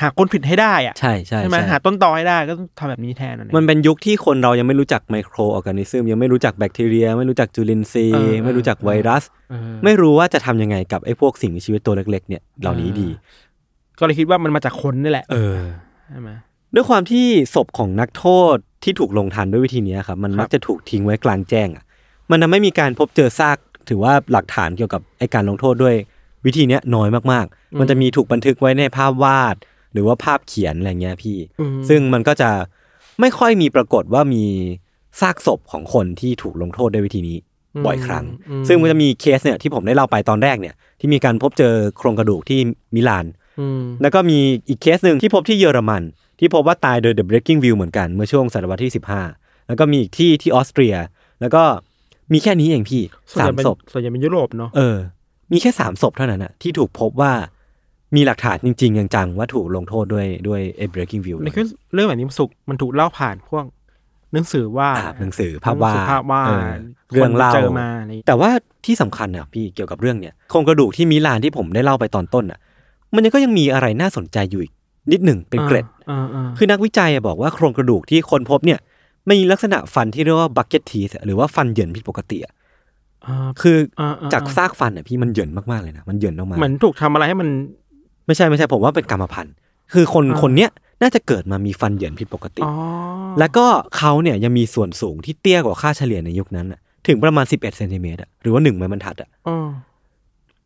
Speaker 3: หาคนผิดให้ได้อ่ะ
Speaker 2: ใช่ใช่
Speaker 3: ไหม
Speaker 2: ใช่
Speaker 3: หาต้นตอให้ได้ก็ต้องทำแบบนี้แทนอะไร
Speaker 2: มันเป็นยุคที่คนเรายังไม่รู้จักไมโครออร์แกนิซึมยังไม่รู้จักแบคทีเรีย ไม่รู้จักจุลินทรี
Speaker 3: เอ
Speaker 2: ย์
Speaker 3: อ
Speaker 2: ไม่รู้จักไวรัส
Speaker 3: เออ
Speaker 2: ไม่รู้ว่าจะทำยังไงกับไอ้พวกสิ่งมีชีวิตตัวเล็ก ๆ เนี่ยเหล่านี้ดี
Speaker 3: ก็เลยคิดว่ามันมาจากคนนี่แหละ
Speaker 2: เออ
Speaker 3: ใช่ไหม
Speaker 2: ด้วยความที่ศพของนักโทษที่ถูกลงทันด้วยวิธีเนี้ยครับ มันมักจะถูกทิ้งไว้กลางแจ้งอะมันทำให้มีการพบเจอซาก ถือว่าหลักฐานเกี่ยวกับไอการลงโทษด้วยวิธีเนี้ยน้อยมาก
Speaker 3: อืม
Speaker 2: ๆ มันจะมีถูกบันทึกไว้ในภาพวาด หรือว่าภาพเขียนอะไรเงี้ยพี่
Speaker 3: อืม
Speaker 2: ซึ่งมันก็จะไม่ค่อยมีปรากฏว่ามีซากศพของคนที่ถูกลงโทษด้วยวิธีนี้ บ่อยครั้ง
Speaker 3: ม
Speaker 2: ซึ่งมันจะมีเคสเนี่ยที่ผมได้เล่าไปตอนแรกเนี่ยที่มีการพบเจอโครงกระดูกที่มิลาน
Speaker 3: อืม
Speaker 2: แล้วก็มีอีกเคสหนึ่งที่พบที่เยอรมัน ที่พบว่าตายโดย The Breaking View เหมือนกันเมื่อช่วงศตวรรษที่ 15 แล้วก็มีอีกที่ที่ออสเตรีย แล้วก็มีแค่นี้เองพี่
Speaker 3: วน
Speaker 2: สา
Speaker 3: ใหญ่
Speaker 2: ม
Speaker 3: เป็น
Speaker 2: ศพ
Speaker 3: ส่วนใหญ่เป็นยุโรปเนาะ
Speaker 2: เออ มีแค่สามศพเท่านั้นอะที่ถูกพบว่ามีหลักฐานจริง ๆ จังๆว่าถูกลงโทษด้วยด้วยไอ้ breaking view
Speaker 3: ในคือเรื่องแบบนี้มันสุกมันถูกเล่าผ่านพวกหนังสือว่า
Speaker 2: อ่า
Speaker 3: ด
Speaker 2: หนังสือภาพวาด
Speaker 3: ภาพวาด
Speaker 2: เออเรื่องเล่า
Speaker 3: คนเจอมาอะไรอย่างงี้
Speaker 2: แต่ว่าที่สำคัญอ่ะพี่เกี่ยวกับเรื่องเนี่ยโครงกระดูกที่มิลานที่ผมได้เล่าไปตอนต้นอ่ะ มันยังก็ยังมีอะไรน่าสนใจอยู่อีกนิดหนึ่งเป็นเกร็ด
Speaker 3: อ่าอ่า
Speaker 2: คือนักวิจัยอะบอกว่าโครงกระดูกที่ค้นพบเนี่ยมีลักษณะฟันที่เรียกว่าบักเก็ตทีหรือว่าฟันเหยินผิดปกติอะ
Speaker 3: อ่า
Speaker 2: คือ
Speaker 3: อ่
Speaker 2: อจากซากฟันเนี่ยพี่มันเหยินมากๆเลยนะมันเหยินออกมา
Speaker 3: เหมือนถูกทำอะไรให้มัน
Speaker 2: ไม่ใช่ไม่ใช่ผมว่าเป็นกรรมพันธุ์ คือคน
Speaker 3: อ่า
Speaker 2: คนเนี้ยน่าจะเกิดมามีฟันเหยินผิดปกติ
Speaker 3: อ๋อ
Speaker 2: แล้วก็เขาเนี่ยยังมีส่วนสูงที่เตี้ยกว่าค่าเฉลี่ยในยุคนั้นอะถึงประมาณ 11เซนติเมตรอะหรือว่าหนึ่งไม้บรรทัดอะ
Speaker 3: อ๋อ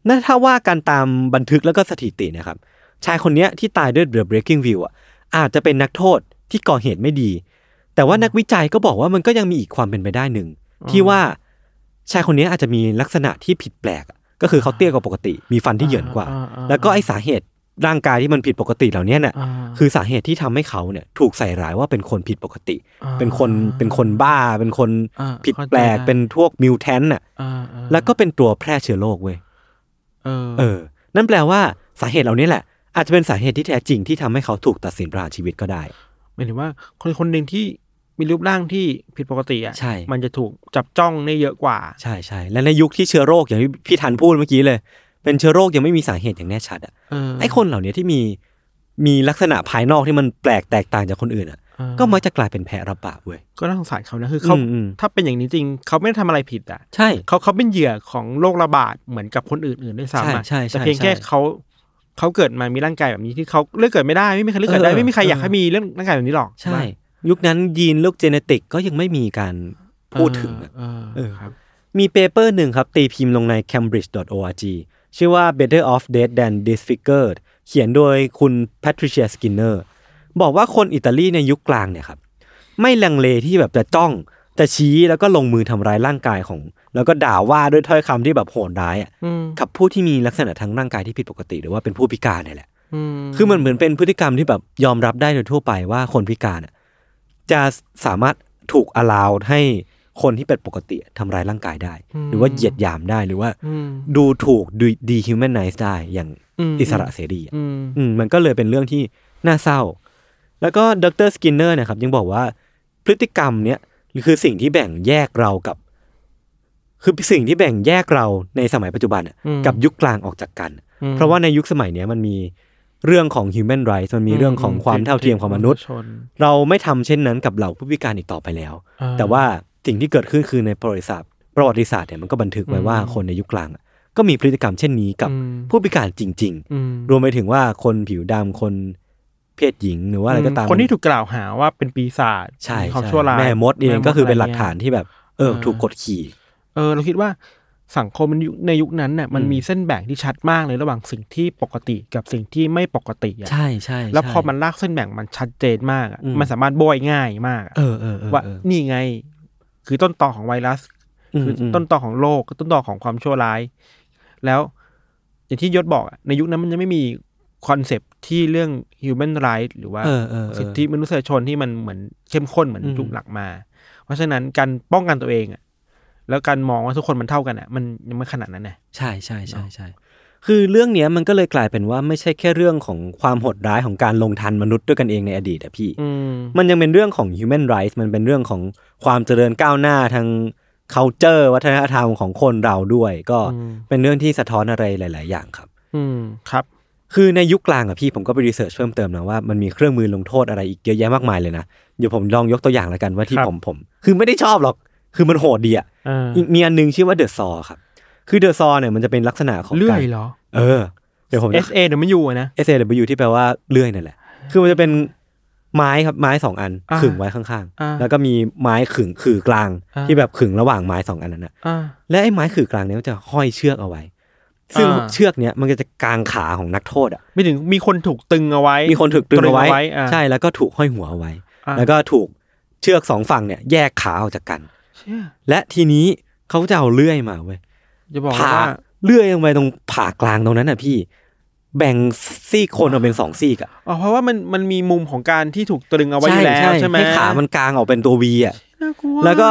Speaker 2: นั่นถ้าว่าการตามบันทึกแล้วก็สถิตินะครับ ชายคนเนี้ยที่ตายด้วย The Breaking View อ่ะอาจจะเป็นนักโทษที่ก่อเหตุไม่ดี แต่ว่านักวิจัยก็บอกว่ามันก็ยังมีอีกความเป็นไปได้หนึ่ง ที่ว่าชายคนเนี้ยอาจจะมีลักษณะที่ผิดแปลกอะก็คือเขาเตี้ยกว่าปกติ มีฟันที่เหยินกว่า
Speaker 3: อ่อ่
Speaker 2: แล้วก็ไอสาเหตุร่างกายที่มันผิดปกติเหล่าเนี้ยน่ะ
Speaker 3: า
Speaker 2: คือสาเหตุที่ทำให้เขาเนี่ยถูกใส่ร้ายว่าเป็นคนผิดปกติ
Speaker 3: า
Speaker 2: เป็นคนเป็นคนบ้า เป็นคน
Speaker 3: อ่า
Speaker 2: ผิดแปลก
Speaker 3: ข้าใจ
Speaker 2: เป็นพวกมิวแทนน่ะ
Speaker 3: อ่าอ่า
Speaker 2: แล้วก็เป็นตัวแพร่เชื้อโรคเว้ย
Speaker 3: เออ
Speaker 2: เออ นั่นแปลว่าสาเหตุเหล่านี้แหละ อาจจะเป็นสาเหตุที่แท้จริงที่ทำให้เขาถูกตัดสินประหารชีวิตก็ได้
Speaker 3: หมายถึงว่าคนคนหนึ่งที่มีรูปร่างที่ผิดปกติอ่ะ
Speaker 2: ใช่
Speaker 3: มันจะถูกจับจ้องได้เยอะกว่า
Speaker 2: ใช่ใช่และในยุคที่เชื้อโรคอย่างที่พี่ทันพูดเมื่อกี้เลย เป็นเชื้อโรคยังไม่มีสาเหตุอย่างแน่ชัดอ่ะ
Speaker 3: เออ
Speaker 2: ไอ้คนเหล่านี้ที่มีมีลักษณะภายนอกที่มันแปลกแตกต่างจากคนอื่นอ่ะ
Speaker 3: เออ
Speaker 2: ก็มักจะกลายเป็นแพะรับบาปเว้ย
Speaker 3: ก็น่าสงสารเขานะคือเขา
Speaker 2: อืมอืม
Speaker 3: ถ้าเป็นอย่างนี้จริงเขาไม่ได้ทำอะไรผิดอ่ะ
Speaker 2: ใช่
Speaker 3: เขาเขาเป็นเหยื่อของโรคระบาดเหมือนกับคนอื่นๆด้วยซ้ำอะ
Speaker 2: ใช่ใช่
Speaker 3: แต่เพียง
Speaker 2: ใช่
Speaker 3: แค่เขาเขาเกิดมามีร่างกายแบบนี้ที่เขาเลือกเกิดไม่ได้ไม่มีใครเลือกเกิดได้
Speaker 2: เออ
Speaker 3: ไม่มีใคร
Speaker 2: เออ
Speaker 3: อ
Speaker 2: อ
Speaker 3: ยากให้มีเรื่องร่างกายแบบนี้หรอก
Speaker 2: ใช่ ยุคนั้นยีนลูกเจเนติกก็ยังไม่มีการ
Speaker 3: ปะ
Speaker 2: พูดถึงอะ
Speaker 3: เออ
Speaker 2: เออ
Speaker 3: ครับ
Speaker 2: มีเปเปอร์หนึ่งครับ ตีพิมพ์ลงใน cambridge.org ชื่อว่า better off dead than disfigured เขียนโดยคุณ Patricia Skinner บอกว่าคนอิตาลีในยุคกลางเนี่ยครับ ไม่ลังเลที่แบบจะจ้อง จะชี้แล้วก็ลงมือทำร้ายร่างกายของ แล้วก็ด่าว่าด้วยถ้อยคำที่แบบโหดร้ายอะ
Speaker 3: อืม
Speaker 2: กับผู้ที่มีลักษณะทางร่างกายที่ผิดปกติหรือว่าเป็นผู้พิการเนี่ยแหละ
Speaker 3: อืม
Speaker 2: คือมันเหมือนเป็นพฤติกรรมที่แบบยอมรับได้โดยทั่วไปว่าคนพิการอะจะสามารถถูกอลาวให้คนที่เป็นปกติทำร้ายร่างกายได้ หรือว่าเหยียดหยามได้หรือว่า
Speaker 3: อืม
Speaker 2: ดูถูกดูดีฮิวแมนไนซ์ได้อย่าง
Speaker 3: ม
Speaker 2: อิสระเสรีอะ
Speaker 3: อืม
Speaker 2: อืมมันก็เลยเป็นเรื่องที่น่าเศร้า แล้วก็ดรสกินเนอร์นะครับยังบอกว่าพฤติกรรมเนี้ยคือสิ่งที่แบ่งแยกเรากับ คือสิ่งที่แบ่งแยกเราในสมัยปัจจุบันอะกับยุคกลางออกจากกัน
Speaker 3: อืม
Speaker 2: เพราะว่าในยุคสมัยเนี้ยมันมี เรื่องของ human rights มันมีเรื่องของความเท่าเทียมของมนุษย์
Speaker 3: ชน
Speaker 2: เราไม่ทำเช่นนั้นกับเหล่าผู้พิการอีกต่อไปแล้ว
Speaker 3: อ่
Speaker 2: แต่ว่าสิ่งที่เกิดขึ้นคือในประวัติศาสตร์ประวัติศาสตร์เนี่ยมันก็บันทึกไว้ว่า
Speaker 3: อืม
Speaker 2: คนในยุคกลางอะก็มีพฤติกรรมเช่นนี้กับ
Speaker 3: อืม
Speaker 2: ผู้พิการจริง
Speaker 3: อืม
Speaker 2: ๆ รวมไปถึงว่าคนผิวดำคนเพศหญิงหรือว่าอะไรก็ตาม
Speaker 3: คนที่ถูกกล่าวหาว่าเป็นปีศาจ
Speaker 2: ใช่
Speaker 3: มีความ
Speaker 2: ใช่
Speaker 3: ชั่วร้าย
Speaker 2: แม่มดเอง
Speaker 3: แม่
Speaker 2: ก็คือเป็นหลัก
Speaker 3: ะไรงี้ย
Speaker 2: ฐานที่แบบเออ
Speaker 3: เออ
Speaker 2: ถูกกดขี่
Speaker 3: เออเราคิดว่าสังคมมันยุคในยุคนั้นน่ะมัน
Speaker 2: อืม
Speaker 3: มีเส้นแบ่งที่ชัดมากเลยระหว่างสิ่งที่ปกติกับสิ่งที่ไม่ปกติอะ
Speaker 2: ใช่ใช่
Speaker 3: แล้ว
Speaker 2: ใช่
Speaker 3: พอมันลากเส้นแบ่งมันชัดเจนมากอะ
Speaker 2: อืม
Speaker 3: มันสามารถโบยง่ายมากอะ
Speaker 2: เออเออเออ
Speaker 3: ว่า
Speaker 2: เออ
Speaker 3: นี่ไง คือต้นตอของไวรัส คืออ
Speaker 2: มม
Speaker 3: ต้นตอของโรคต้นตอของความชั่วร้าย แล้วอย่างที่ยศบอกอะในยุคนั้นมันจะไม่มีคอนเซปต์ที่เรื่อง human right หรือว่า
Speaker 2: เออเออเออ
Speaker 3: สิทธิมนุษยชนที่มันเหมือนเข้มข้นเหมือน
Speaker 2: อืม
Speaker 3: ยุคหลักมา เพราะฉะนั้นการป้องกันตัวเองอะแล้วการมองว่าทุกคนมันเท่ากันอะมันยังไม่ขนาดนั้นนะ
Speaker 2: ใช่ใช่ใช่
Speaker 3: เนอะ
Speaker 2: ใช่คือเรื่องเนี้ยมันก็เลยกลายเป็นว่าไม่ใช่แค่เรื่องของความโหดร้ายของการลงทันมนุษย์ด้วยกันเองในอดีตอะพี่
Speaker 3: อืม
Speaker 2: มันยังเป็นเรื่องของ human rights มันเป็นเรื่องของความเจริญก้าวหน้าทาง culture วัฒนธรรมของคนเราด้วย ก็
Speaker 3: อืม
Speaker 2: เป็นเรื่องที่สะท้อนอะไรหลาย ๆ อย่างครับ
Speaker 3: อืมครับ
Speaker 2: คือในยุคกลางอะพี่ผมก็ไปรีเสิร์ชเพิ่มเติมนะว่ามันมีเครื่องมือลงโทษอะไรอีกเยอะแยะมากมายเลยนะ เดี๋ยวผมลองยกตัวอย่างแล้วกันว่าที่
Speaker 3: ครับ
Speaker 2: ผมผม คือไม่ได้ชอบหรอก คือมันโหดดีอะ
Speaker 3: เออ
Speaker 2: อีกมีอันหนึงชื่อว่าเดอะซอครับ คือเดอะซอเนี่ยมันจะเป็นลักษณะของ
Speaker 3: เลื่
Speaker 2: กา
Speaker 3: อ
Speaker 2: ร
Speaker 3: ยเหรอ
Speaker 2: เออเดี๋ยวผม
Speaker 3: S A เดี๋ยวมันอยู่อะนะ
Speaker 2: S A W ที่แปลว่าเลื่อยนั่นแหละ คือมันจะเป็นไม้ครับไม้สองอัน
Speaker 3: อ่า
Speaker 2: ขึงไว้ข้าง
Speaker 3: อ่า
Speaker 2: ๆ แล้วก็มีไม้ขึงขือกลาง
Speaker 3: อ่า
Speaker 2: ที่แบบขึงระหว่างไม้สองอันนั้นนะ
Speaker 3: อ่า
Speaker 2: และไอ้ไม้ขือกลางเนี้ยมันจะห้อยเชือกเอาไว้ ซึ่ง
Speaker 3: อ่า
Speaker 2: เชือกเนี้ยมันก็จะกางขาของนักโทษอ่ะ
Speaker 3: ไม่ถึงมีคนถูกตึงเอาไว้
Speaker 2: มีคนถูกตึงเอาไว้
Speaker 3: ตรึงเอาไว้อ่า
Speaker 2: ใช่แล้วก็ถูกห้อยหัวเอาไว้
Speaker 3: อ่ะ
Speaker 2: แล้วก็ถูกเชือกสองฝั่งเนี่ยแยกขาออกจากกัน
Speaker 3: เชี่ย
Speaker 2: และทีนี้เขาจะเอาเลื่อยมาเว้ย
Speaker 3: อย่าบอก
Speaker 2: ผ่า
Speaker 3: ว่า
Speaker 2: เลื่อยลงไปตรงผ่ากลางตรงนั้นน่ะพี่ แบ่งซี่คนออกเป็นสองซี่อ่ะ
Speaker 3: อ๋อเพราะว่ามันมันมีมุมของการที่ถูกตรึงเอาไว้อยู่แล้วใช่ไหม
Speaker 2: ให้ขามันกลางออกเป็นตัววีอ่ะ
Speaker 3: น่ากลัว
Speaker 2: แล้วก็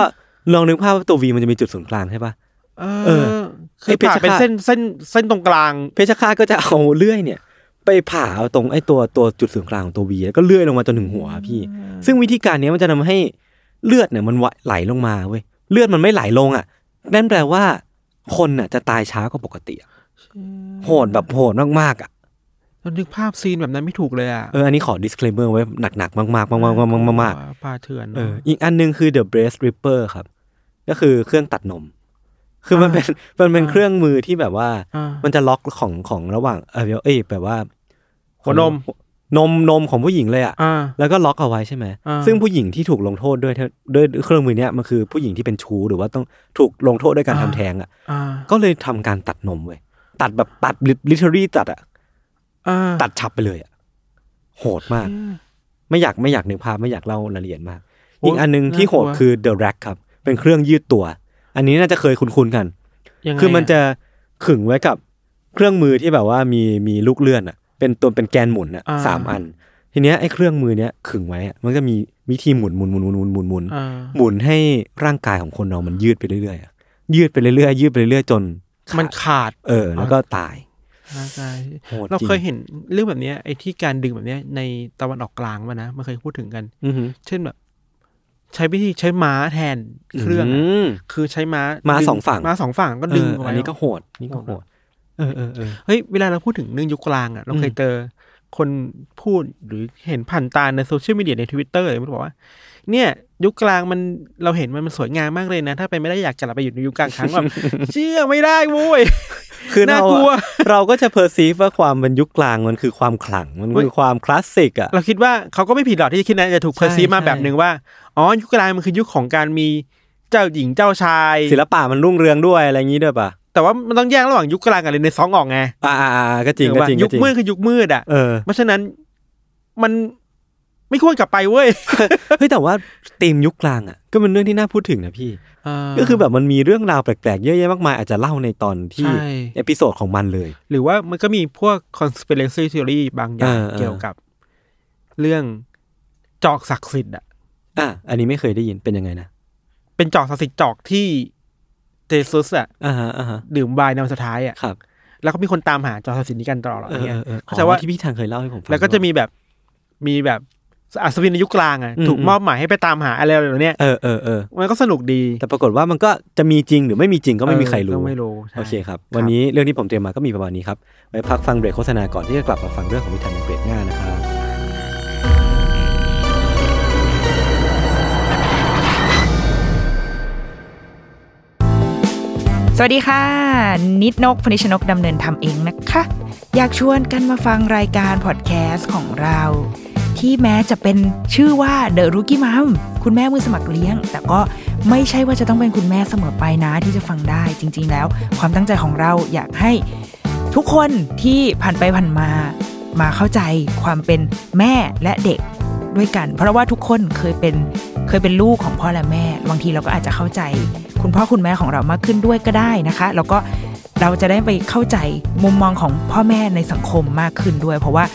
Speaker 2: ลองนึกภาพว่าตัววีมันจะมีจุดศูนย์กลางใช่ปะ
Speaker 3: เอ
Speaker 2: เอ
Speaker 3: อ
Speaker 2: อ
Speaker 3: คื
Speaker 2: ไอ้
Speaker 3: อ
Speaker 2: เพชร
Speaker 3: ผ่าเป็น
Speaker 2: ฆาต
Speaker 3: เส้นเส้นเส้นตรงกลาง
Speaker 2: เพชรฆาตก็จะเอาเลื่อยเนี่ย ไปผ่าเอาตรงไอ้ตัวตัวจุดศูนย์กลางของตัววีแล้วก็เลื่อยลงมาจนถึงหัวอะพี่ ซึ่งวิธีการเนี้ยมันจะทำให้เลือดเนี่ยมันไหลลงมาเว้ยเลือดมันไม่ไหลลงอ่ะนั่นแปลว่าคนน่ะจะตายช้ากว่าปกติอะโหดแบบโหดมากๆอ่ะ
Speaker 3: เรานึกภาพซีนแบบนั้นไม่ถูกเลยอ่ะ
Speaker 2: เอออันนี้ขอ disclaimer ไว้หนักๆมากๆมากๆมากๆมากๆ
Speaker 3: ปลาเถื่อน
Speaker 2: เอออีกอันหนึงคือ the breast ripper ครับ ก็คือเครื่องตัดนม คือมันเป็นมันเป็นเครื่องมือที่แบบว่า
Speaker 3: มั
Speaker 2: มัน นจะล็อกของของระหว่างเออเอ้ยแบบว่า
Speaker 3: หัวนม
Speaker 2: นมนมของผู้หญิงเลยอะ
Speaker 3: อ่า
Speaker 2: แล้วก็ล็อกเอาไว้ใช่ไหม
Speaker 3: อ่า
Speaker 2: ซึ่งผู้หญิงที่ถูกลงโทษด้วยด้วยเครื่องมือเนี้ยมันคือผู้หญิงที่เป็นชู้หรือว่าต้องถูกลงโทษด้วยการทำแท้งอะ
Speaker 3: อ่า
Speaker 2: ก็เลยทำการตัดนมเว้ยตัดแบบตัด literally ตัดอะ
Speaker 3: อ่า
Speaker 2: ตัดฉับไปเลยอะโหดมาก
Speaker 3: เชี่ย
Speaker 2: ไม่อยากไม่อยากนึกภาพไม่อยากเล่ารายละเอียดมาก
Speaker 3: โอ้
Speaker 2: อีกอันหนึงที่โหด
Speaker 3: น่ากลัว
Speaker 2: คือ The Rack ครับ เป็นเครื่องยืดตัว อันนี้น่าจะเคยคุ้นๆกัน
Speaker 3: ยังไง
Speaker 2: คือมันจะขึงไว้กับเครื่องมือที่แบบว่ามีมีลูกเลื่อนอ่ะ เป็นตัวเป็นแกนหมุนอ่ะ
Speaker 3: อ่า
Speaker 2: สามอัน ทีเนี้ยไอ้เครื่องมือเนี้ยขึงไว้อะมันก็มีวิธีหมุนหมุนหมุนหมุนหมุนหมุนหมุน
Speaker 3: อ่า
Speaker 2: หมุนให้ร่างกายของคนเรามันยืดไปเรื่อยๆอะยืดไปเรื่อยๆยืดไปเรื่อยๆจนขาด
Speaker 3: มันขาด
Speaker 2: เออ แล้วก็ตาย
Speaker 3: ร่างกาย
Speaker 2: โหด
Speaker 3: เรา
Speaker 2: จริง
Speaker 3: เคยเห็นเรื่องแบบเนี้ยไอ้ที่การดึงแบบเนี้ยในตะวันออกกลางมานะมันเคยพูดถึงกัน
Speaker 2: อือหือ
Speaker 3: เช่นแบบ ใช้วิธีใช้ม้าแทนเครื่องอะ
Speaker 2: ม
Speaker 3: คือใช้ม้า
Speaker 2: ม้า
Speaker 3: ดึ
Speaker 2: สองฝั่ง
Speaker 3: ม้าสองฝั่งก็ดึง
Speaker 2: เออ
Speaker 3: เอา
Speaker 2: อั
Speaker 3: ไว้
Speaker 2: นนี้ก็โหดนี่ก็โหดเออเออเออ
Speaker 3: เฮ้ยเวลาเราพูดถึงเรื่องยุคกลางอ่ะเราเคย
Speaker 2: อืม
Speaker 3: เจอคนพูดหรือเห็นผ่านตาในโซเชียลมีเดียในทวิตเตอร์มันบอกว่า เนี่ย ยุคกลางมันเราเห็นมันมันสวยงามมากเลยนะ ถ้าเป็นไม่ได้อยากกลับไปอยู่ในยุคกลางครั้ง แบบ เชื่อไม่ได้โว้ย
Speaker 2: คือเรา
Speaker 3: น่ากลัว
Speaker 2: อะเราก็จะเพอร์ซีฟว่าความเป็นยุคกลางมันคือความขลังมันคือความคลาสสิกอ่ะ
Speaker 3: เราคิดว่าเขาก็ไม่ผิดหรอกที่จะคิดนะจะถูก
Speaker 2: ใช่
Speaker 3: เพอร์ซีฟมา
Speaker 2: ใช่
Speaker 3: แบบหนึ่งว่าอ๋อยุคกลางมันคือยุคของการมีเจ้าหญิงเจ้าชาย
Speaker 2: ศิลปะมันรุ่งเรืองด้วยอะไรอย่างนี้ด้วยป่ะ
Speaker 3: แต่ว่ามันต้องแยกระหว่างยุคกลางกับเรเนซองส์ออกไง
Speaker 2: อ่าอ่าอ่าก็จริง
Speaker 3: เออ
Speaker 2: ก็
Speaker 3: ว่า
Speaker 2: จริง
Speaker 3: ยุ
Speaker 2: ก็
Speaker 3: ค
Speaker 2: จริง
Speaker 3: มืดคือยุคมืดอ่ะ
Speaker 2: เออ
Speaker 3: เพราะฉะนั้นมันไม่ควรกลับไปเว้ย
Speaker 2: เฮ้ยแต่ว่าธีมยุคกลางอ่ะก็เป็นเรื่องที่น่าพูดถึงนะพี่ ก็คือแบบมันมีเรื่องราวแปลกๆเยอะแยะมากมายอาจจะเล่าในตอนที่
Speaker 3: ใช่
Speaker 2: เอพิโซดของมันเลย
Speaker 3: หรือว่ามันก็มีพวก conspiracy theory บางอย่าง
Speaker 2: เออเออ
Speaker 3: เกี่ยวกับ เรื่องจอกศักดิ์สิทธิ์อ่ะ
Speaker 2: อ่ะอันนี้ไม่เคยได้ยินเป็นยังไงนะ
Speaker 3: เป็นจอกศักดิ์สิทธิ์จอกที่เจสุสอ่ะ
Speaker 2: อ่าฮะอ่าฮะ
Speaker 3: ดื่มไวน์ในวันสุดท้ายอ่ะ
Speaker 2: ครับ
Speaker 3: แล้วก็มีคนตามหาจอกศักดิ์สิทธิ์นี้กันตลอด
Speaker 2: เออ
Speaker 3: เนี่ย
Speaker 2: เออเออ
Speaker 3: เข้าใจว่า
Speaker 2: อ๋อที่พี่ทางเคยเล่าให้ผมฟัง
Speaker 3: แล้วก็จะมีแบบมีแบบ อัศวินในยุคกลางอ่ะ
Speaker 2: อืม
Speaker 3: ถูกมอบหมายให้ไปตามหาอะไรเหล่าเนี้ย
Speaker 2: เออเออเออ
Speaker 3: มันก็สนุกดี
Speaker 2: แต่ปรากฏว่ามันก็จะมีจริงหรือไม่มีจริงก็ไม่มีใคร
Speaker 3: เออ
Speaker 2: รู้
Speaker 3: ก็ไม่รู้ใช่
Speaker 2: โอเคครับ วันนี้เรื่องที่ผมเตรียมมาก็มีประมาณนี้ครับ ไว้พักฟังเบรกโฆษณาก่อนที่จะกลับมาฟังเรื่องของวิถีเบรกหน้านะครับ
Speaker 4: สวัสดีค่ะ นิดนกพนิชนกดำเนินทำเองนะคะ อยากชวนกันมาฟังรายการพอดแคสต์ของเรา ที่แม้จะเป็นชื่อว่า The Rookie Mom คุณแม่มือสมัครเลี้ยง แต่ก็ไม่ใช่ว่าจะต้องเป็นคุณแม่เสมอไปนะที่จะฟังได้จริง ๆ แล้ว ความตั้งใจของเราอยากให้ทุกคนที่ผ่านไปผ่านมา มาเข้าใจความเป็นแม่และเด็กด้วยกัน เพราะว่าทุกคนเคยเป็นเคยเป็นลูกของพ่อและแม่ บางทีเราก็อาจจะเข้าใจ คุณพ่อคุณแม่ของเรามากขึ้นด้วยก็ได้นะคะ แล้วก็เราจะได้ไปเข้าใจมุมมองของพ่อแม่ในสังคมมากขึ้นด้วย เพราะว่า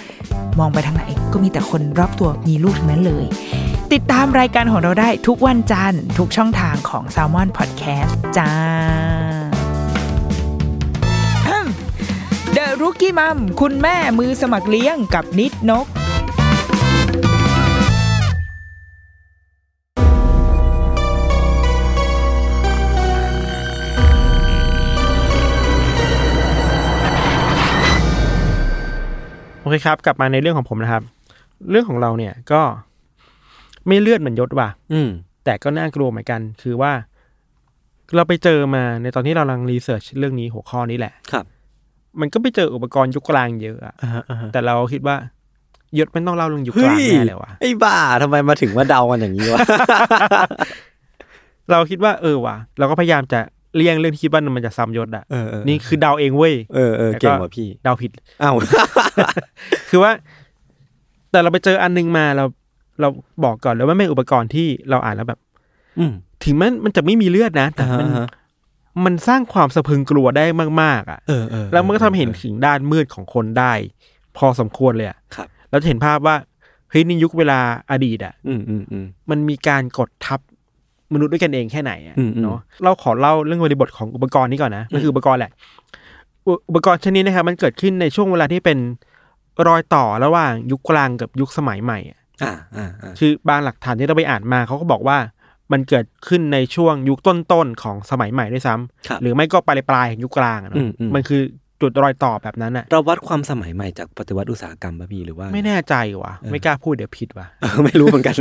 Speaker 4: มองไปทางไหนก็มีแต่คนรอบตัวมีลูกทั้งนั้นเลย ติดตามรายการของเราได้ทุกวันจันทร์ทุกช่องทางของ s a l m o n Podcast จ้า The Rookie Mom คุณแม่มือสมัครเลี้ยงกับนิดนก
Speaker 3: โอเคครับ กลับมาในเรื่องของผมนะครับ เรื่องของเราเนี่ยก็ไม่เลือดเหมือนยศว่ะ
Speaker 2: อืม
Speaker 3: แต่ก็น่ากลัวเหมือนกันคือว่า เราไปเจอมาในตอนที่เรากำลังรีเสิร์ชเรื่องนี้หัวข้อนี้แหละ
Speaker 2: ครับ
Speaker 3: มันก็ไปเจออุปกรณ์ยุคกลางเยอะอะ
Speaker 2: อ่าฮะอ่าฮะ
Speaker 3: แต่เราคิดว่ายศไม่ต้องเล่าเรื่องยุคก
Speaker 2: เฮ้
Speaker 3: ลาง
Speaker 2: ย
Speaker 3: แน่เลยว่ะ
Speaker 2: ไอ้บ้าทำไมมาถึงว่าเดากันอย่างนี้วะ
Speaker 3: เราคิดว่าเออว่ะเราก็พยายามจะเลี่ยงเรื่องที่คิดว่ามันจะซ้ำยศอะ
Speaker 2: เออเออ
Speaker 3: นี่คือเดาเองเว้ย
Speaker 2: เออเออ
Speaker 3: แล้วก็
Speaker 2: เก่งกว่าพี่
Speaker 3: เดาผิด
Speaker 2: อ้าว
Speaker 3: คือว่า แต่เราไปเจออันนึงมาเรา เราบอกก่อนแล้วว่าไม่อุปกรณ์ที่เราอ่านแล้วแบบ
Speaker 2: อืม
Speaker 3: ถึงแม้มันจะไม่มีเลือดนะ แต่
Speaker 2: อ่าฮะ
Speaker 3: มัน
Speaker 2: อ่าฮะ
Speaker 3: มันสร้างความสะพรึงกลัวได้มากๆอ่ะ
Speaker 2: เออเออ
Speaker 3: แล้วมันก็ทำให้เห็น
Speaker 2: ออ
Speaker 3: ถึงด้านมืดของคนได้ พอสมควรเลยอ่ะ
Speaker 2: ครับ
Speaker 3: เราจะเห็นภาพว่าเฮ้ยในยุคเวลาอดีตอ่ะ
Speaker 2: อืมอืมอืม
Speaker 3: มันมีการกดทับมนุษย์ด้วยกันเองแค่ไหนอ่ะ
Speaker 2: อืมอืม
Speaker 3: เนาะเราขอเล่าเรื่องบริบทของอุปกรณ์นี้ก่อนนะมันคืออุปกรณ์แหละอุอุปกรณ์ชนิดนะครับมันเกิดขึ้นในช่วงเวลาที่เป็นรอยต่อระหว่างยุคกลางกับยุคสมัยใหม่อะ
Speaker 2: อ่าอ่าอ่า
Speaker 3: คือบางหลักฐานที่เราไปอ่านมาเขาก็บอกว่า มันเกิดขึ้นในช่วงยุคต้นๆของสมัยใหม่ด้วยซ้ำ
Speaker 2: ครับ
Speaker 3: หรือไม่ก็ปลายปลายๆของยุคกลางอะเน
Speaker 2: อื
Speaker 3: อะ
Speaker 2: มอืม
Speaker 3: มันคือจุดรอยต่อแบบนั้นอะ
Speaker 2: เราวัดความสมัยใหม่จากปฏิวัติอุตสาหกรรมป่ะพี่หรือว่า
Speaker 3: ไม่แน่ใจว่ะ
Speaker 2: เออ
Speaker 3: ไม่กล้าพูดเดี๋ยวผิดว่ะ
Speaker 2: เออไม่รู้เหมือนกัน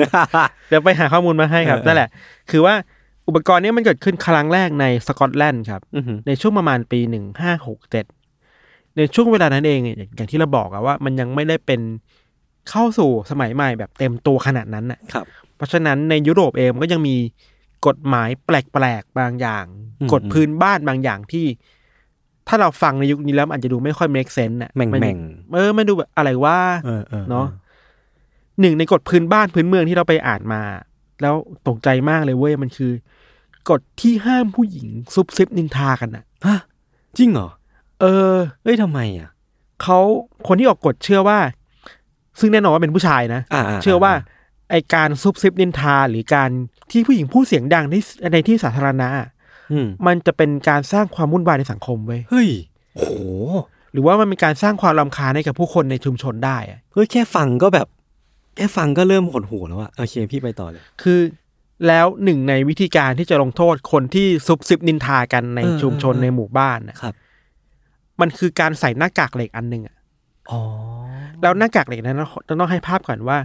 Speaker 3: เดี๋ยวไปหาข้อมูลมาให้ครับ
Speaker 2: เออ
Speaker 3: นั่นแหละ คือว่าอุปกรณ์เนี้มันเกิดขึ้นครั้งแรกในสกอตแลนด์ครับ
Speaker 2: อือหือ
Speaker 3: ในช่วงประมาณปีหนึ่งห้าหกเจ็ดในช่วงเวลานั้นเองเนี่ยอย่างอย่างที่เราบอกอะว่า มันยังไม่ได้เป็นเข้าสู่สมัยใหม่แบบเต็มตัวขนาดนั้นอะ
Speaker 2: ครับ
Speaker 3: เพราะฉะนั้นในยุโรปเองมันก็ยังมีกฎหมายแปลกๆบางอย่าง
Speaker 2: อืม
Speaker 3: กฎพื้นบ้านบางอย่างที่ ถ้าเราฟังในยุคนี้แล้วมันอาจจะดูไม่ค่อย make sense อะ
Speaker 2: แม่ง
Speaker 3: น
Speaker 2: แม่ง
Speaker 3: เออมันดูแบบอะไรว่า
Speaker 2: เออเออ
Speaker 3: เนาะหนึ่งในกฎพื้นบ้านพื้นเมืองที่เราไปอ่านมา แล้วตกใจมากเลยเว้ย มันคือกฎที่ห้ามผู้หญิงซุบซิบนินทากันอ่ะ
Speaker 2: ฮะจริงเหรอ
Speaker 3: เออ
Speaker 2: เอ้ยทำไมอ่ะ
Speaker 3: เขาคนที่ออกกฎเชื่อว่า ซึ่งแน่นอนว่าเป็นผู้ชายนะ
Speaker 2: อ่าา
Speaker 3: เชื่อว่าไอการซุบซิบนินทาหรือการที่ผู้หญิงพูดเสียงดังในในที่สาธารณะ
Speaker 2: อืม
Speaker 3: มันจะเป็นการสร้างความวุ่นวายในสังคมเว้ย
Speaker 2: เฮ้ยโห
Speaker 3: หรือว่ามันเป็นการสร้างความรำคาญให้กับผู้คนในชุมชนได้อะ
Speaker 2: เฮ้ยแค่ฟังก็แบบ แค่ฟังก็เริ่มหดหูแล้วอะโอเคพี่ไปต่อเลย
Speaker 3: คือแล้วหนึ่งในวิธีการที่จะลงโทษคนที่ซุบซิบนินทากันใน
Speaker 2: เออ
Speaker 3: ชุมชน
Speaker 2: เออ
Speaker 3: ในหมู่บ้านน่ะ
Speaker 2: ครับ
Speaker 3: มันคือการใส่หน้ากากเหล็กอันหนึ่งอะ
Speaker 2: อ๋อ
Speaker 3: แล้วหน้ากากเหล็กนั้นต้องต้องให้ภาพก่อนว่า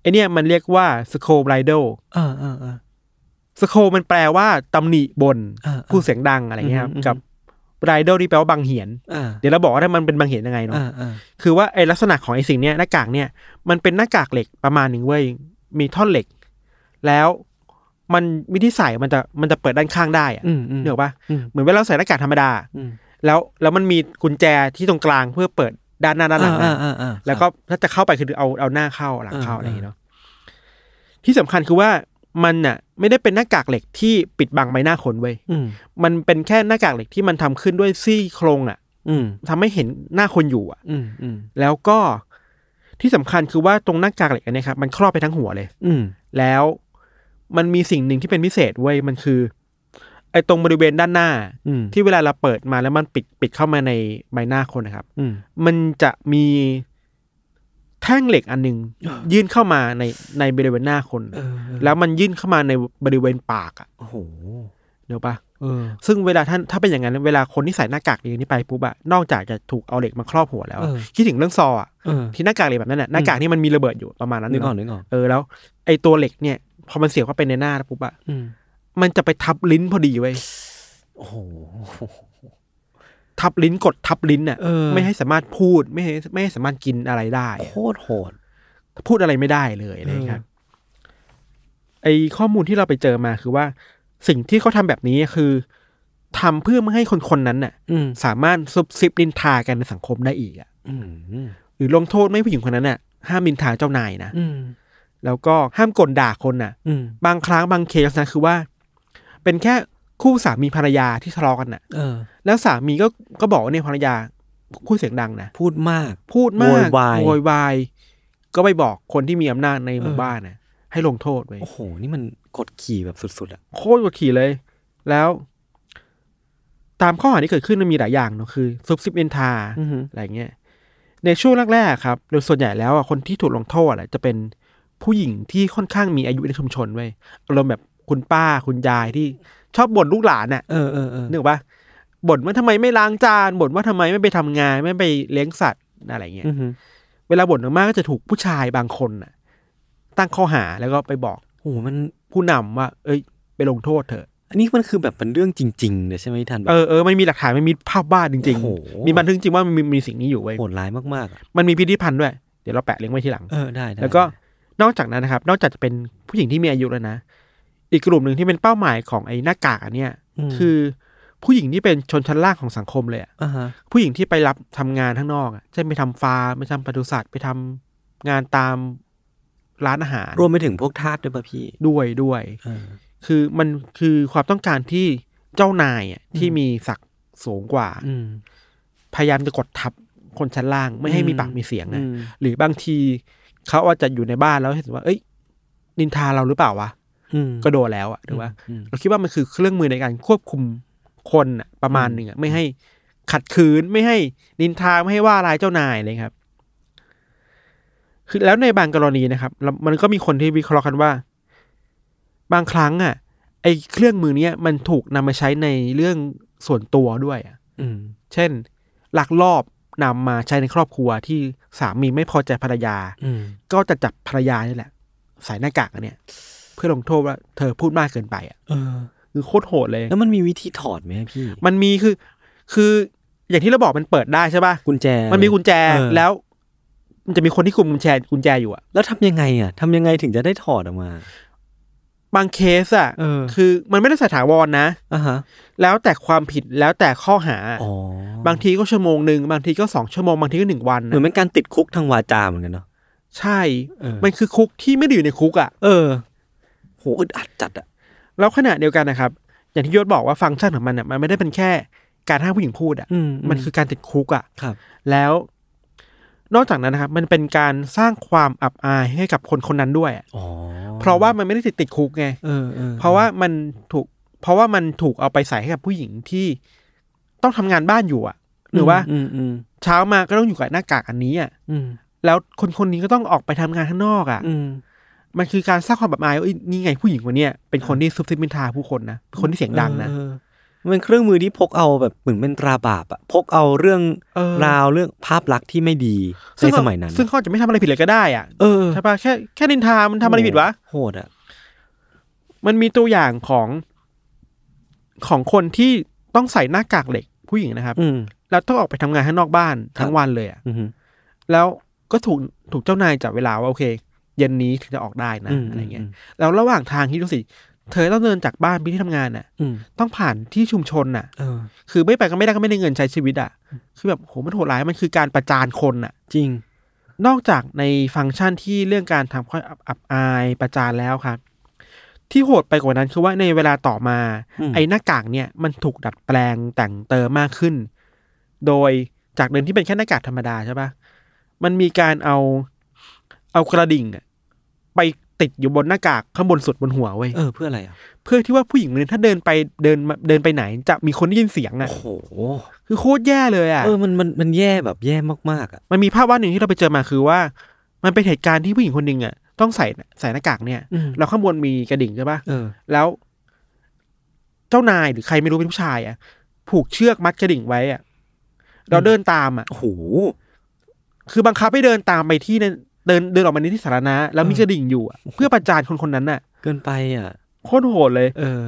Speaker 3: ไอเนี่ยมันเรียกว่าสโคไบโด
Speaker 2: อ่าอ่าอ่า
Speaker 3: สโคมันแปลว่าตำหนิบน
Speaker 2: เออเออ
Speaker 3: ผู้เสียงดังอะไรเงี้ยครับ
Speaker 2: อืมอืม
Speaker 3: กับไบโดที่แปลว่าบังเหียน
Speaker 2: อ่า
Speaker 3: เดี๋ยวเราบอกว่ามันเป็นบังเหียนยังไงเนาะ
Speaker 2: อ่าอ่า
Speaker 3: คือว่าไอลักษณะของไอสิ่งเนี้ยหน้ากากเนี่ยมันเป็นหน้ากากเหล็กประมาณหนึ่งเว้ยมีท่อนเหล็ก แล้วมันวิธีใส่มันจะมันจะเปิดด้านข้างได้อะ
Speaker 2: อืมอืม
Speaker 3: เนกออกปะ
Speaker 2: อืม
Speaker 3: เหมือนเวลาเราใส่หน้ากากธรรมดา
Speaker 2: อืม
Speaker 3: แล้วแล้วมันมีกุญแจที่ตรงกลางเพื่อเปิดด้านหน้าด้านหลัง
Speaker 2: อ่า
Speaker 3: นะ
Speaker 2: อ่าอ่า
Speaker 3: แล้วก็ถ้าจะเข้าไปคือเอาเอาหน้าเข้าหลังเข้า
Speaker 2: อ่า
Speaker 3: อะไรอย่างเงี้ยเนาะที่สำคัญคือว่ามันน่ะ ไม่ได้เป็นหน้ากากเหล็กที่ปิดบังใบหน้าคนเว้ย
Speaker 2: อืม
Speaker 3: มันเป็นแค่หน้ากากเหล็กที่มันทำขึ้นด้วยซี่โครงอ่ะ
Speaker 2: อืม
Speaker 3: ทำให้เห็นหน้าคนอยู่อ่ะ
Speaker 2: อืมอืม
Speaker 3: แล้วก็ที่สำคัญคือว่าตรงหน้ากากเหล็กอันเนี้ยครับมันครอบไปทั้งหัวเลย
Speaker 2: อืม
Speaker 3: แล้วมันมีสิ่งหนึ่งที่เป็นพิเศษเว้ยมันคือ ไอ้ตรงบริเวณด้านหน้า
Speaker 2: อืม
Speaker 3: ที่เวลาเราเปิดมาแล้วมันปิดปิดเข้ามาในใบหน้าคนนะครับ
Speaker 2: อืม
Speaker 3: มันจะมีแถ แท่งเหล็กอันหนึ่งยื่นเข้ามาในในบริเวณหน้าคน แล้วมันยื่นเข้ามาในบริเวณปากอ่ะ
Speaker 2: โอ้โห
Speaker 3: เดี๋ยวปะ
Speaker 2: เออ
Speaker 3: ซึ่งเวลาท่านถ้าเป็นอย่างนั้นเวลาคนที่ใส่หน้ากากเหล็กนี้ไปปุ๊บอะนอกจากจะถูกเอาเหล็กมาครอบหัวแล้วอะคิดถึงเรื่องซออะ
Speaker 2: เออ
Speaker 3: ที่หน้ากากเหล็กแบบนั้นน่ะหน้ากากนี่มันมีระเบิดอยู่ประมาณนั้น
Speaker 2: นึกออก
Speaker 3: เาะ
Speaker 2: นึกออก
Speaker 3: เออแล้ว ไอตัวเหล็กเนี่ยพอมันเสียบเข้าไปในหน้าแล้วปุ๊บอะมันจะไปทับลิ้นพอดีเว้ย
Speaker 2: โอ้โห
Speaker 3: ทับลิ้นกดทับลิ้นอ่ะ
Speaker 2: เออ
Speaker 3: ไม่ให้สามารถพูดไม่ให้ไม่ให้สามารถกินอะไรได้อะ
Speaker 2: โคตรโหด
Speaker 3: พูดอะไรไม่ได้เลยอะไรอย่างเงี้ยครับ ไอข้อมูลที่เราไปเจอมาคือว่า สิ่งที่เขาทำแบบนี้คือทำเพื่อไม่ให้คนคนๆนั้นน่ะ
Speaker 2: อืม
Speaker 3: สามารถซุบซิบดินทากันในสังคมได้อีกอะ
Speaker 2: อืม
Speaker 3: หรือลงโทษไม่ให้ผู้หญิงคนนั้นน่ะห้ามดินทาเจ้านายนะ
Speaker 2: อืม
Speaker 3: แล้วก็ห้ามกลด่าคนน่ะ
Speaker 2: อืม
Speaker 3: บางครั้งบางเคสนะคือว่า เป็นแค่คู่สามีภรรยาที่ทะเลาะกันน่ะ
Speaker 2: เออ
Speaker 3: แล้วสามีก็ก็บอกว่าเนี่ยภรรยาพูดเสียงดังนะ
Speaker 2: พูดมาก
Speaker 3: พูดมาก
Speaker 2: โวยวาย
Speaker 3: โวยวายก็ไปบอกคนที่มีอำนาจในหมู่บ้านนะให้ลงโทษไว้ย
Speaker 2: โอ้โห นี่มันกดขี่แบบสุด ๆ อ่ะ
Speaker 3: โคตรกดขี่เลย แล้ว ตามข้อหาที่เกิดขึ้นมันมีหลายอย่างเนอะคือซุบซิบเอนทาอะไรเงี้ยในช่วงแรกๆอะครับ โดยส่วนใหญ่แล้วอะคนที่ถูกลงโทษอะจะเป็นผู้หญิงที่ค่อนข้างมีอายุในชุมชนเว้ยอารมณ์แบบคุณป้าคุณยายที่ชอบบ่นลูกหลานน่ะ
Speaker 2: เออเออเออ
Speaker 3: นึกออกปะบ่นว่าทำไมไม่ล้างจานบ่นว่าทำไมไม่ไปทำงาน ไม่ไปเลี้ยงสัตว์อะไรเงี้ย
Speaker 2: อือหือ
Speaker 3: เวลาบ่นมากๆก็จะถูกผู้ชายบางคนน่ะ ตั้งข้อหาแล้วก็ไปบอก
Speaker 2: โอ้โหมัน
Speaker 3: ผู้นำว่า เอ้ย ไปลงโทษเถอะ
Speaker 2: อันนี้มันคือแบบเป็นเรื่องจริงๆเลยใช่ไหมพี่ทันแบบ
Speaker 3: เออเออมันมีหลักฐานมันมีภาพวาดจริง
Speaker 2: โอ้โห
Speaker 3: ๆ มีบันทึกจริงว่ามันมีมีสิ่งนี้อยู่เว้ย
Speaker 2: โหดร้ายมากๆอะ
Speaker 3: มันมีพิพิธภัณฑ์ด้วย เดี๋ยวเราแปะลิงก์ไว้ทีหลัง
Speaker 2: เออได้ได้
Speaker 3: แล้วก็นอกจากนั้นนะครับ นอกจากจะเป็นผู้หญิงที่มีอายุแล้วนะ อีกกลุ่มหนึ่งที่เป็นเป้าหมายของไอ้หน้ากากอันเนี้ย
Speaker 2: ม
Speaker 3: คือผู้หญิงที่เป็นชนชั้นล่างของสังคมเลยอะ
Speaker 2: อ่าฮะ
Speaker 3: ผู้หญิงที่ไปรับทำงานข้างนอกอะเช่นไปทำฟาร์มไปทำปศุสัตว์ไปทำงานตามร้านอาหาร
Speaker 2: รวมไปถึงพวกทาสด้วยป่ะพี่
Speaker 3: ด้วยด้วย
Speaker 2: เออ
Speaker 3: คือมันคือความต้องการที่เจ้านายอะที่มีศักดิ์สูงกว่า
Speaker 2: อืม
Speaker 3: พยายามจะกดทับคนชั้นล่างไม่ให้
Speaker 2: อืม
Speaker 3: มีปากมีเสียง
Speaker 2: อื
Speaker 3: นะ
Speaker 2: ม
Speaker 3: หรือบางทีเขาอาจจะอยู่ในบ้านแล้วเห็นว่า เอ้ย นินทาเราหรือเปล่าวะ
Speaker 2: อืม
Speaker 3: ก็โดนแล้วอะหรือว่า
Speaker 2: อืม
Speaker 3: เราคิดว่ามันคือเครื่องมือในการควบคุมคนอะประมาณหนึ่งอะไม่ให้ขัดขืนไม่ให้นินทาไม่ให้ว่าร้ายเจ้านายเลยครับ คือแล้วในบางกรณีนะครับแล้วมันก็มีคนที่วิเคราะห์กันว่า บางครั้งอะไอ้เครื่องมือเนี้ยมันถูกนำมาใช้ในเรื่องส่วนตัวด้วยอะ
Speaker 2: อืม
Speaker 3: เช่นลักลอบนำมาใช้ในครอบครัวที่สามีไม่พอใจภรรยา
Speaker 2: อืม
Speaker 3: ก็จะจับภรรยานี่แหละ ใส่หน้ากากอันเนี่ย เพื่อลงโทษว่าเธอพูดมากเกินไปอ่ะ
Speaker 2: เออ
Speaker 3: คือโคตรโหดเลย
Speaker 2: แล้วมันมีวิธีถอดไหมพี่
Speaker 3: มันมีคือ คืออย่างที่เราบอกมันเปิดได้ใช่ป่ะ
Speaker 2: กุญแจ
Speaker 3: มันมีกุญแจ
Speaker 2: เออ
Speaker 3: แล้ว มันจะมีคนที่คุมกุญแจกุญแจอยู่อ่ะ
Speaker 2: แล้วทำยังไงอ่ะทำยังไงถึงจะได้ถอดออกมา
Speaker 3: บางเคสอ่ะ
Speaker 2: เออ
Speaker 3: คือมันไม่ได้ใส่ถาวรนะ
Speaker 2: อ่ะฮะ
Speaker 3: แล้วแต่ความผิดแล้วแต่ข้อหา
Speaker 2: อ๋อบ
Speaker 3: างทีก็ชั่วโมงหนึ่งบางทีก็สองชั่วโมงบางทีก็หนึ่งวัน
Speaker 2: เหมือน
Speaker 3: นะ
Speaker 2: เป็นการติดคุกทางวาจาเหมือนกันเนาะ
Speaker 3: ใช่
Speaker 2: เออ
Speaker 3: มันคือคุกที่ไม่ได้อยู่ในคุกอ่ะ
Speaker 2: เออโหอึดอัดจัดอ่ะ
Speaker 3: แล้วขณะเดียวกันนะครับ อย่างที่ยศบอกว่าฟังก์ชันของมันอ่ะมันไม่ได้เป็นแค่การห้ามผู้หญิงพูดอ่ะ
Speaker 2: อืม
Speaker 3: มันคือการติดคุกอ่ะ
Speaker 2: ครับ
Speaker 3: แล้วนอกจากนั้นนะครับ มันเป็นการสร้างความอับอายให้กับคนคนนั้นด้วยอะ
Speaker 2: อ๋อ
Speaker 3: เพราะว่ามันไม่ได้ติดติดคุกไง
Speaker 2: เออออ
Speaker 3: เพราะว่ามันถูก เพราะว่ามันถูกเอาไปใส่ให้กับผู้หญิงที่ต้องทำงานบ้านอยู่อ่ะ หรือว่า
Speaker 2: อืมอืม
Speaker 3: เช้ามาก็ต้องอยู่กับหน้ากากอันนี้อ่ะ
Speaker 2: อืม
Speaker 3: แล้วคนคนนี้ก็ต้องออกไปทำงานข้างนอกอ่ะ
Speaker 2: อืม
Speaker 3: มันคือการสร้างความอับอายว่าเอ้ยนี่ไงผู้หญิงคนเนี้ยเป็นคนที่ซุบซิบมินทาผู้คนนะเป็นคนที่เสียงดังนะ
Speaker 2: เออมันเป็นเครื่องมือที่พกเอาแบบเหมือนเป็นตราบาปอะพกเอาเรื่อง
Speaker 3: เออ
Speaker 2: ราวเรื่องภาพลักษณ์ที่ไม่ดีในสมัยนั้น
Speaker 3: ซึ่งเขาอาจจะไม่ทำอะไรผิดเลยก็ได้อ่ะ
Speaker 2: เออ
Speaker 3: ใช่ปะแค่แค่นินทา มันทำอะไรผิดวะ
Speaker 2: โหดอ่ะ
Speaker 3: มันมีตัวอย่างของของคนที่ต้องใส่หน้ากากเหล็กผู้หญิงนะครับ
Speaker 2: อืม
Speaker 3: แล้วต้องออกไปทำงานข้างนอกบ้าน
Speaker 2: ครับ
Speaker 3: ทั้งวันเลยอ่ะ
Speaker 2: อืม
Speaker 3: แล้วก็ถูกถูกเจ้านายจับเวลาว่าโอเค เย็นนี้ถึงจะออกได้นะ
Speaker 2: อืม
Speaker 3: อะไรเงี้ย
Speaker 2: อืม
Speaker 3: แล้วระหว่างทางคิดดูสิเธอต้องเดินจากบ้านไปที่ทำงานน่ะ
Speaker 2: อืม
Speaker 3: ต้องผ่านที่ชุมชนน่ะ
Speaker 2: เออ
Speaker 3: คือไม่ไปก็ไม่ได้ก็ไม่ได้เงินใช้ชีวิตอ่ะคือแบบโหมันโหดร้ายมันคือการประจานคนน่ะ
Speaker 2: จริง
Speaker 3: นอกจากในฟังก์ชันที่เรื่องการทำข้ออับอายประจานแล้วครับ ที่โหดไปกว่านั้นคือว่าในเวลาต่อมา
Speaker 2: อืม
Speaker 3: ไอ้หน้ากากเนี่ยมันถูกดัดแปลงแต่งเติมมากขึ้น โดยจากเดิมที่เป็นแค่หน้ากากธรรมดาใช่ปะมันมีการเอาเอากระดิ่งอะไปติดอยู่บนหน้ากากข้างบนสุดบนหัวเว้ย
Speaker 2: เออเพื่ออะไรอ่ะ
Speaker 3: เพื่อที่ว่าผู้หญิงคนนี้ถ้าเดินไปเดินมาเดินไปไหน จะมีคนได้ยินเสียงอ่ะ
Speaker 2: โอ้โห
Speaker 3: คือโคตรแย่เลยอ่ะ
Speaker 2: เออมันมันมันแย่แบบแย่มากๆอ่ะ
Speaker 3: มันมีภาพวาดหนึ่งที่เราไปเจอมาคือว่า ม มันเป็นเหตุการณ์ที่ผู้หญิงคนหนึ่งอ่ะต้องใส่ใส่หน้ากากเนี่ย
Speaker 2: อืม
Speaker 3: แล้วข้างบนมีกระดิ่งใช่ปะ
Speaker 2: เออ
Speaker 3: แล้ว เจ้านายหรือใครไม่รู้เป็นผู้ชายอ่ะ ผูกเชือกมัดกระดิ่งไว้อ่ะ เราเดินตามอ่ะ
Speaker 2: โอ้โห
Speaker 3: คือบังคับให้เดินตามไปที่ในเดินเดินออกมาในที่สาธารณะแล้วมี
Speaker 2: เออ
Speaker 3: กระดิ่งอยู่อะเพื่อประจานคนคนนั้นน่ะ
Speaker 2: เกินไปอ่ะ
Speaker 3: โคตรโหดเลย
Speaker 2: เออ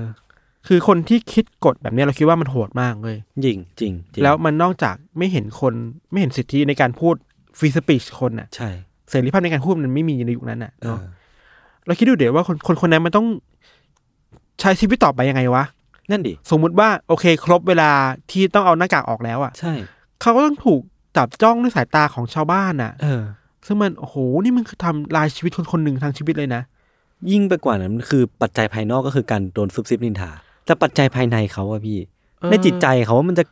Speaker 3: คือคนที่คิดกฎแบบเนี้ยเราคิดว่ามันโหดมากเลย
Speaker 2: จริงจริงจริง
Speaker 3: แล้วมันนอกจากไม่เห็นคนไม่เห็นสิทธิในการพูดฟรีสปีชคนน่ะ
Speaker 2: ใช่
Speaker 3: เสรีภาพในการพูดมันไม่มีในยุคนั้นน่ะ
Speaker 2: เอ
Speaker 3: เนาะ
Speaker 2: อ
Speaker 3: เราคิดดูเดี๋ยวว่าคนคนคนนั้นมันต้องใช้ชีวิตต่อไปยังไงวะ
Speaker 2: นั่นดิ
Speaker 3: สมมุติว่าโอเค ครบเวลาที่ต้องเอาหน้ากากออกแล้วอ่ะ
Speaker 2: ใช่
Speaker 3: เขาก็ต้องถูกจับจ้องด้วยสายตาของชาวบ้านน่ะ
Speaker 2: เออ
Speaker 3: ซึ่งมันโอ้โหนี่มันคือทำลายชีวิตคนคนหนึ่งทางชีวิตเลยนะ
Speaker 2: ยิ่งไปกว่านั้นคือปัจจัยภายนอกก็คือการโดนซุบซิบนินทา แต่ปัจจัยภายในเขาอะพี่
Speaker 3: เออ
Speaker 2: ในจิตใจเขาว่ามันจะ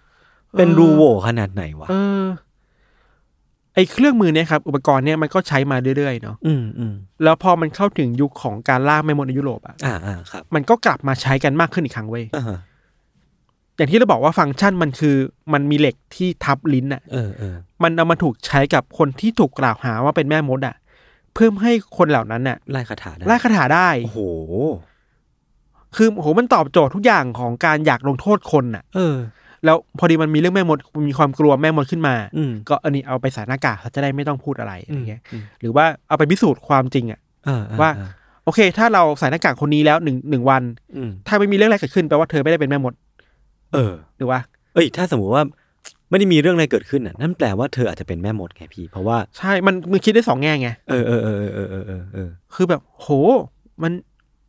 Speaker 2: เป็นรูโหวขนาดไหนวะ
Speaker 3: เออ ไอเครื่องมือเนี่ยครับ อุปกรณ์เนี่ยมันก็ใช้มาเรื่อยๆเนาะ
Speaker 2: อืมอืม
Speaker 3: แล้วพอมันเข้าถึงยุคของการล่าแม่มดในยุโรปอะ
Speaker 2: อ่าอ่าครับ
Speaker 3: มันก็กลับมาใช้กันมากขึ้นอีกครั้งเว้ย
Speaker 2: อ่าฮะ
Speaker 3: อย่างที่เราบอกว่าฟังก์ชันมันคือ มันมีเหล็กที่ทับลิ้นอะ
Speaker 2: เออเออ
Speaker 3: มันเอามาถูกใช้กับคนที่ถูกกล่าวหาว่าเป็นแม่มดอะเพื่อให้คนเหล่านั้นอะ
Speaker 2: ไล่คาถาได้
Speaker 3: ไล่คาถาได้
Speaker 2: โอ้โห
Speaker 3: คือโอ้โหมันตอบโจทย์ทุกอย่างของการอยากลงโทษคนอะ
Speaker 2: เออ
Speaker 3: แล้วพอดีมันมีเรื่องแม่มดมันมีความกลัวแม่มดขึ้นมา
Speaker 2: อืม
Speaker 3: ก็อันนี้เอาไปใส่หน้ากากเขาจะได้ไม่ต้องพูดอะไรอะไรเงี้ย
Speaker 2: อืม
Speaker 3: หรือว่าเอาไปพิสูจน์ความจริงอะ
Speaker 2: อ่อ่
Speaker 3: ว่า
Speaker 2: อ่
Speaker 3: โอเค ถ้าเราใส่หน้ากากคนนี้แล้วหนึ่งหนึ่งวัน
Speaker 2: อืม
Speaker 3: ถ้าไม่มีเรื่องอะไรเกิดขึ้นแปลว่าเธอไม่ได้เป็นแม่มด
Speaker 2: เออ
Speaker 3: หรือว่า
Speaker 2: เอ้ย ถ้าสมมุติว่าไม่ได้มีเรื่องอะไรเกิดขึ้นน่ะ นั่นแปลว่าเธออาจจะเป็นแม่มดไงพี่ เพราะว่า
Speaker 3: ใช่มันมันคิดได้สองแง่ไง
Speaker 2: เออเออเออเออเออเออเออ
Speaker 3: คือแบบโห มัน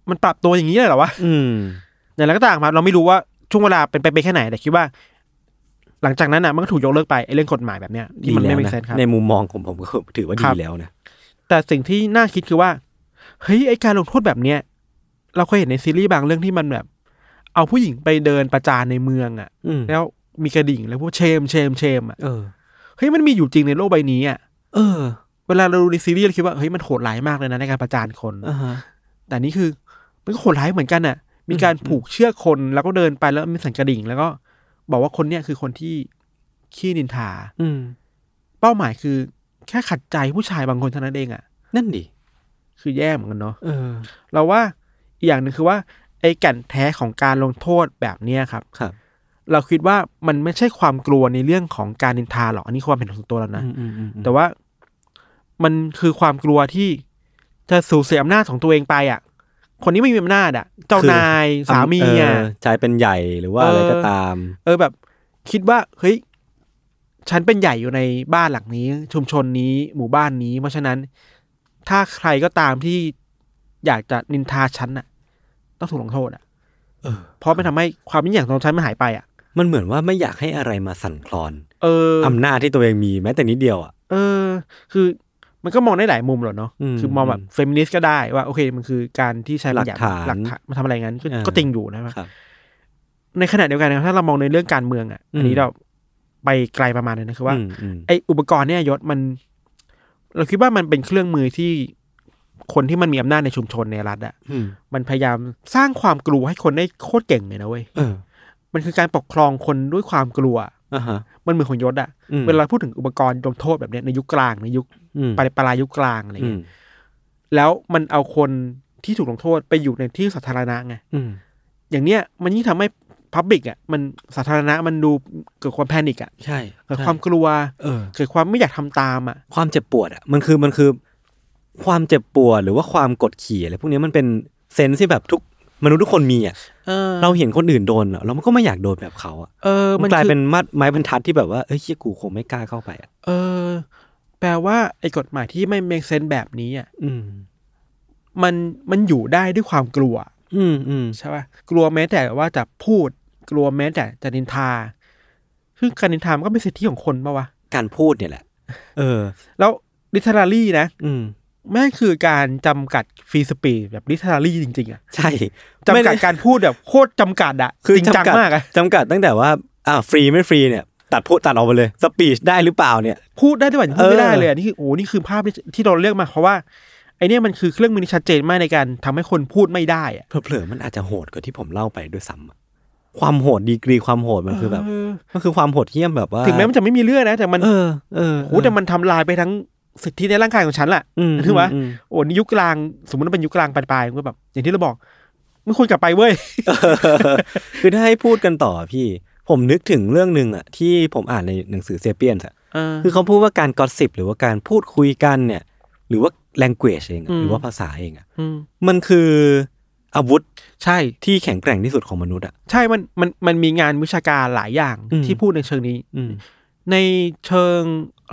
Speaker 3: มันปรับตัวอย่างนี้เลยเหรอวะ
Speaker 2: อืม
Speaker 3: อย่างไรก็ตามครับเราไม่รู้ว่าช่วงเวลาเป็นไปไปแค่ไหนแต่คิดว่า หลังจากนั้นน่ะมันก็ถูกยกเลิกไปไอ้เรื่องกฎหมายแบบเนี้ยที่มัน
Speaker 2: ดี
Speaker 3: ไม่มี
Speaker 2: แล้วะ
Speaker 3: เซนครับ
Speaker 2: ในมุมมองของผมก็ถือว่า
Speaker 3: ค
Speaker 2: ดี
Speaker 3: รับ
Speaker 2: แล้วนะ
Speaker 3: แต่สิ่งที่น่าคิดคือว่าเฮ้ยไอ้การลงโทษแบบเนี้ยเราเคยเห็นในซีรีส์บางเรื่องที่มันแบบ เอาผู้หญิงไปเดินประจานในเมืองอ่ะ
Speaker 2: อืม
Speaker 3: แล้วมีกระดิ่งแล้วพวกเชมเชมเชมอ่ะ
Speaker 2: เออ
Speaker 3: เฮ้ยมันมีอยู่จริงในโลกใบนี้อ่ะ
Speaker 2: เออ
Speaker 3: เวลาเราดูในซีรีส์เราคิดว่าเฮ้ยมันโหดร้ายมากเลยนะในการประจานคน
Speaker 2: อ่าฮะ
Speaker 3: แต่นี่คือมันก็โหดร้ายเหมือนกันน่ะ มีการผูกเชือกคนแล้วก็เดินไปแล้วมีสันกระดิ่ง แล้วก็บอกว่าคนเนี้ยคือคนที่ขี้นินทา
Speaker 2: อืม
Speaker 3: เป้าหมายคือ แค่ขัดใจผู้ชายบางคนเท่านั้นเองอ่ะ
Speaker 2: นั่นดิ
Speaker 3: คือแย่เหมือนกันเนาะ
Speaker 2: เออ
Speaker 3: เราว่าอีกอย่างหนึ่งคือว่าไอ้แก่นแท้ของการลงโทษแบบเนี้ยครับ
Speaker 2: ครับ
Speaker 3: เราคิดว่ามันไม่ใช่ความกลัวในเรื่องของการนินทาหรอกอันนี้คือความเห็นของส่วนตัวแล้วนะ
Speaker 2: อืมอืมอืม
Speaker 3: แต่ว่ามันคือความกลัวที่จะสูญเสียอำนาจของตัวเองไปอ่ะ คนนี้ไม่มีอำนาจอ่ะ เจ้านายสามีอ่ะ
Speaker 2: เชายเป็นใหญ่หรือว่าอะไร
Speaker 3: เออ
Speaker 2: ก็ตาม
Speaker 3: เออแบบ คิดว่าเฮ้ยฉันเป็นใหญ่อยู่ในบ้านหลังนี้ ชุมชนนี้หมู่บ้านนี้ เพราะฉะนั้น ถ้าใครก็ตามที่อยากจะนินทาฉันอ่ะ ต้องถูกลงโทษอ่ะ
Speaker 2: เออ
Speaker 3: เพราะมันทำให้ความยิ่งใหญ่ของฉันมันหายไปอ่ะ
Speaker 2: มันเหมือนว่าไม่อยากให้อะไรมาสั่นคลอน
Speaker 3: เออ
Speaker 2: อำนาจที่ตัวเองมีแม้แต่นิดเดียวอ่ะ
Speaker 3: เออ คือมันก็มองได้หลายมุมหรอเนาะ
Speaker 2: อืม
Speaker 3: คือมองแบบเฟมินิสต์ก็ได้ว่าโอเคมันคือการที่ใช้บัญญัติ
Speaker 2: หลักฐาน
Speaker 3: หลักฐานมาทำอะไรงั้นก็
Speaker 2: เออ
Speaker 3: ก็จริงอยู่นะครับ
Speaker 2: ครับ
Speaker 3: ในขณะเดียวกันนะครับถ้าเรามองในเรื่องการเมืองอ่ะ อันนี้
Speaker 2: อืม
Speaker 3: เราไปไกลประมาณเลยนะคือว่า
Speaker 2: อืมอืม
Speaker 3: ไออุปกรณ์เนี่ยยศมัน เราคิดว่ามันเป็นเครื่องมือที่คนที่มันมีอำนาจในชุมชนในรัฐอ่ะ
Speaker 2: อืม
Speaker 3: มันพยายามสร้างความกลัวให้คนได้โคตรเก่งเลยนะเว้ย
Speaker 2: เออ
Speaker 3: มันคือการปกครองคนด้วยความกลัว
Speaker 2: อ่าฮะ
Speaker 3: มันเหมือนของยศอ่ะ
Speaker 2: อืม
Speaker 3: เวลาพูดถึงอุปกรณ์ลงโทษแบบเนี้ยในยุคกลางในยุค
Speaker 2: อืม
Speaker 3: ปลายปลายยุคกลางอะไร
Speaker 2: อื
Speaker 3: เงี้ย
Speaker 2: ม
Speaker 3: แล้วมันเอาคนที่ถูกลงโทษไปอยู่ในที่สาธารณะไง
Speaker 2: อืม
Speaker 3: อย่างเนี้ยมันยิ่งทำให้พับบิกอ่ะมันสาธารณะมันดูเกิดความแพนิคอ่ะ
Speaker 2: ใช่
Speaker 3: เกิด
Speaker 2: ใช่
Speaker 3: ความกลัว
Speaker 2: เออ
Speaker 3: เกิดความไม่อยากทำตามอ่ะ
Speaker 2: ความเจ็บปวดอ่ะ มันคือมันคือ ความเจ็บปวดหรือว่าความกดขี่อะไรพวกเนี้ยมันเป็นเซนส์ที่แบบทุกมนุษย์ทุกคนมีอ่ะ
Speaker 3: เออ
Speaker 2: เราเห็นคนอื่นโดนอะเราก็ไม่อยากโดนแบบเขาอ่ะ
Speaker 3: เออ
Speaker 2: มั
Speaker 3: มัน น
Speaker 2: กลาย
Speaker 3: คือ
Speaker 2: เป็นมัดไม้บรรทัดที่แบบว่าเอ้ยเชี่ยกูคงไม่กล้าเข้าไปอ่ะ
Speaker 3: เออ แปลว่าไอ้กฎหมายที่ไม่เม e เซนแบบนี้อ่ะ
Speaker 2: อืม
Speaker 3: มันมันอยู่ได้ด้วยความกลัว
Speaker 2: อืมอืม
Speaker 3: ใช่ป่ะกลัวแม้แต่ว่าจะพูด กลัวแม้แต่จะนินทาคือการนินทามันก็เป็นสิทธิของคนปะวะ
Speaker 2: การพูดเนี่ยแหละ เออ
Speaker 3: แล้วลิทารารีนะ
Speaker 2: อืม
Speaker 3: แม่งคือการจำกัดฟรีสปีดแบบลิทารารีจริงๆอ่ะ
Speaker 2: ใช่
Speaker 3: จำกัด
Speaker 2: ไม่ไ
Speaker 3: การพูดแบบโคตรจำกัดอะ
Speaker 2: คือ
Speaker 3: จริงจัง
Speaker 2: จำกัด
Speaker 3: มากอะ
Speaker 2: จำกัดตั้งแต่ว่า อ่าฟรีไม่ฟรีเนี่ย ตัดพูดตัดออกไปเลย สปีชได้หรือเปล่าเนี่ย
Speaker 3: พูดได้ด้วยพูดไม่ได้
Speaker 2: เออ
Speaker 3: เลยอะนี่คือโอ้นี่คือภาพที่ที่เราเลือกมาเพราะว่าไอเนี่ยมันคือเครื่องมือที่ชัดเจนมากในการทำให้คนพูดไม่ได้อะ
Speaker 2: เผลอๆมันอาจจะโหดกว่าที่ผมเล่าไปด้วยซ้ำอะความโหดดีกรีความโหดมันคือแบบ
Speaker 3: เออ
Speaker 2: มันคือความโหดเหี้ยมแบบว่า
Speaker 3: ถึงแม้มันจะไม่มีเรื่องนะแต่มัน
Speaker 2: เออเออ
Speaker 3: โอ้แต่มันทำลายไปทั้ง สิทธิในร่างกายของฉันแหละ
Speaker 2: อืม
Speaker 3: ถือว่า
Speaker 2: อืม
Speaker 3: โอ้นี่ยุคกลางสมมติว่าเป็นยุคกลางปลายๆก็แบบ อย่างที่เราบอกไม่ควรกลับไปเว้ย
Speaker 2: คือถ้าให้พูดกันต่อพี่ ผมนึกถึงเรื่องหนึ่งอะที่ผมอ่านในหนังสือเซเปียนอะคือเขาพูดว่าการกอสิบหรือว่าการพูดคุยกันเนี่ย หรือว่า language เองอะ
Speaker 3: อืม
Speaker 2: หรือว่าภาษาเองอะ
Speaker 3: ม
Speaker 2: มันคืออาวุธ
Speaker 3: ใช่
Speaker 2: ที่แข็งแกร่งที่สุดของมนุษย์อะ
Speaker 3: ใช่มันมันมันมีงานวิชาการหลายอย่าง
Speaker 2: อืม
Speaker 3: ที่พูดในเชิงนี้
Speaker 2: อืม
Speaker 3: ในเชิง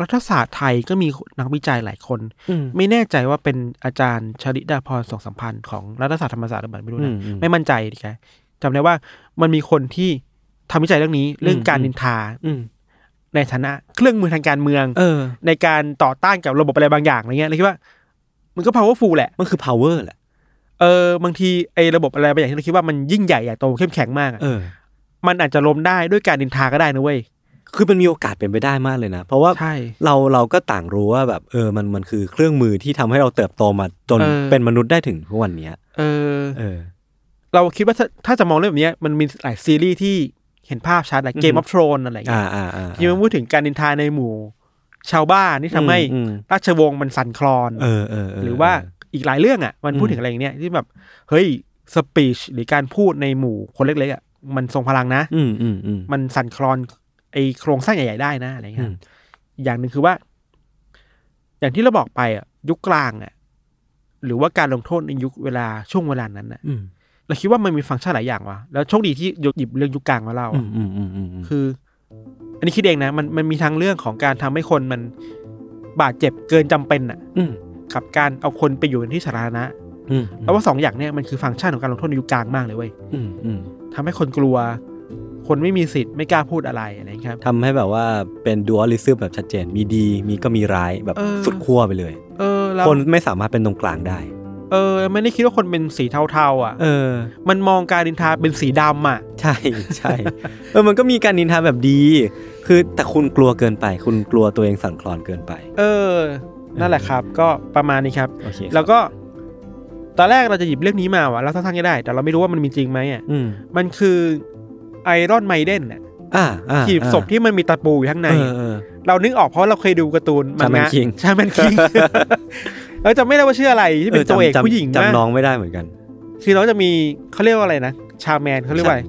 Speaker 3: รัฐศาสตร์ไทยก็มีนักวิจัยหลายคน
Speaker 2: อืม
Speaker 3: ไม่แน่ใจว่าเป็นอาจารย์ชลิดาพรสองสัมพันธ์ของรัฐศาสตร์ธรรมศาสตร์หรือเปล่าไม่รู้นะ
Speaker 2: อืม
Speaker 3: ไม่มั่นใจดิแกจำได้ว่ามันมีคนที่ทำวิจัยเรื่องนี้เรื่องการ
Speaker 2: อืม
Speaker 3: นินทา
Speaker 2: อืม
Speaker 3: ในฐานะเครื่องมือทางการเมือง
Speaker 2: เออ
Speaker 3: ในการต่อต้านกับระบบอะไรบางอย่างอะไรเงี้ยเลยคิดว่ามันก็ powerful แหละ
Speaker 2: มันคือ power แหละ
Speaker 3: เออบางทีไอ้ระบบอะไรบางอย่างที่เราคิดว่ามันยิ่งใหญ่ใหญ่โตเข้มแข็งมากอะ
Speaker 2: เออ
Speaker 3: มันอาจจะล้มได้ด้วยการดินทาก็ได้นะเว้ย
Speaker 2: คือมันมีโอกาสเป็นไปได้มากเลยนะ เพราะว่า
Speaker 3: ใช่
Speaker 2: เราเราก็ต่างรู้ว่าแบบเออมันมันคือเครื่องมือที่ทำให้เราเติบโตมาจน
Speaker 3: เออ
Speaker 2: เป็นมนุษย์ได้ถึงทุกวันเนี้ย
Speaker 3: เออ
Speaker 2: เออ
Speaker 3: เราคิดว่าถ้าถ้าจะมองเรื่องแบบเนี้ยมันมีหลายซีรีส์ที่เห็นภาพชัดแหละเกม
Speaker 2: อื
Speaker 3: อ
Speaker 2: ม
Speaker 3: อฟทรอนอะไรอย่าง
Speaker 2: อ่า
Speaker 3: เงี้ย
Speaker 2: อ่าอ่า
Speaker 3: ที่มันพูดถึงการดินทาในหมู่ ชาวบ้านที่ทำให้
Speaker 2: อืม
Speaker 3: ราชวงศ์มันสั่นคลอน
Speaker 2: เออเออเห
Speaker 3: รือว่าอีกหลายเรื่องอ่ะ มันพูดถึงอะไรอย่างเนี้ยที่แบบเฮ้ยสปีชหรือการพูดในหมู่คนเล็กๆอ่ะมันทรงพลังนะ
Speaker 2: อืมอืมอืม
Speaker 3: มันสั่นคลอนไอโครงสร้างใหญ่ ๆ ได้นะอะไรเงี้
Speaker 2: อื
Speaker 3: ย
Speaker 2: ม
Speaker 3: อีกอย่างหนึ่งคือว่า อย่างที่เราบอกไปอ่ะยุคกลางอ่ะหรือว่าการลงโทษในยุคเวลาช่วงเวลานั้นอ่ะ
Speaker 2: อืม
Speaker 3: เราคิดว่ามันมีฟังก์ชันหลายอย่างว่ะ แล้วโชคดีที่ยกหยิบเรื่องยุคกลางมาเล่า
Speaker 2: อื
Speaker 3: อะ
Speaker 2: มอืมอืมอืมอืม
Speaker 3: คือ อันนี้คิดเองนะ มันมันมีทางเรื่องของการทำให้คนมันบาดเจ็บเกินจำเป็นอ่ะ
Speaker 2: อืม
Speaker 3: กับการเอาคนไปอยู่ในที่สาธารณะ
Speaker 2: อืม
Speaker 3: แล้วว่าสองอย่างเนี่ยมันคือฟังก์ชันของการลงโทษในยุคกลางมากเลยเว้ย
Speaker 2: อืมอืม
Speaker 3: ทำให้คนกลัว คนไม่มีสิทธิ์ไม่กล้าพูดอะไรอะไรอย่างเงี้ยครับ
Speaker 2: ทำให้แบบว่าเป็นดูอลิซึมแบบชัดเจนมีดีมีก็มีร้ายแบบ
Speaker 3: เออ
Speaker 2: สุดขั้วไปเลย
Speaker 3: เออแล้ว
Speaker 2: คนไม่สามารถเป็นตรงกลางได้
Speaker 3: เออไม่ได้คิดว่าคนเป็นสีเทาๆอ่ะ
Speaker 2: เออ
Speaker 3: มันมองการดินทาเป็นสีดำอ่ะ
Speaker 2: ใช่ใช่ เออมันก็มีการนินทาแบบดี คือแต่คุณกลัวเกินไป คุณกลัวตัวเองสั่นคลอนเกินไป
Speaker 3: เออ นั่นแหละครับ ก็ประมาณนี้ครับ
Speaker 2: โอเคครับ
Speaker 3: แล้วก็ตอนแรกเราจะหยิบเรื่องนี้มาว่ะเราทั้งๆก็ได้ แต่เราไม่รู้ว่ามันมีจริงไหมอ่ะ
Speaker 2: อืม
Speaker 3: มันคือไอรอนไมเดนอ่ะ
Speaker 2: อ่าอ่า
Speaker 3: หีบศพที่มันมีตะปูอยู่ข้างใน
Speaker 2: เออเออ
Speaker 3: เรานึกออกเพราะเราเคยดูการ์ตูนมัง
Speaker 2: Shaman
Speaker 3: งะ
Speaker 2: King
Speaker 3: ชาแมน คิง เราจำไม่ได้ว่าชื่ออะไรที่เป็นตัวเอก
Speaker 2: จำจำ
Speaker 3: ผู้หญิงนะ
Speaker 2: จำน้องไม่ได้เหมือนกัน
Speaker 3: คือน้องจะมีเขาเรียกว่าอะไรนะชาแมนเขาเรียกว่าอะไร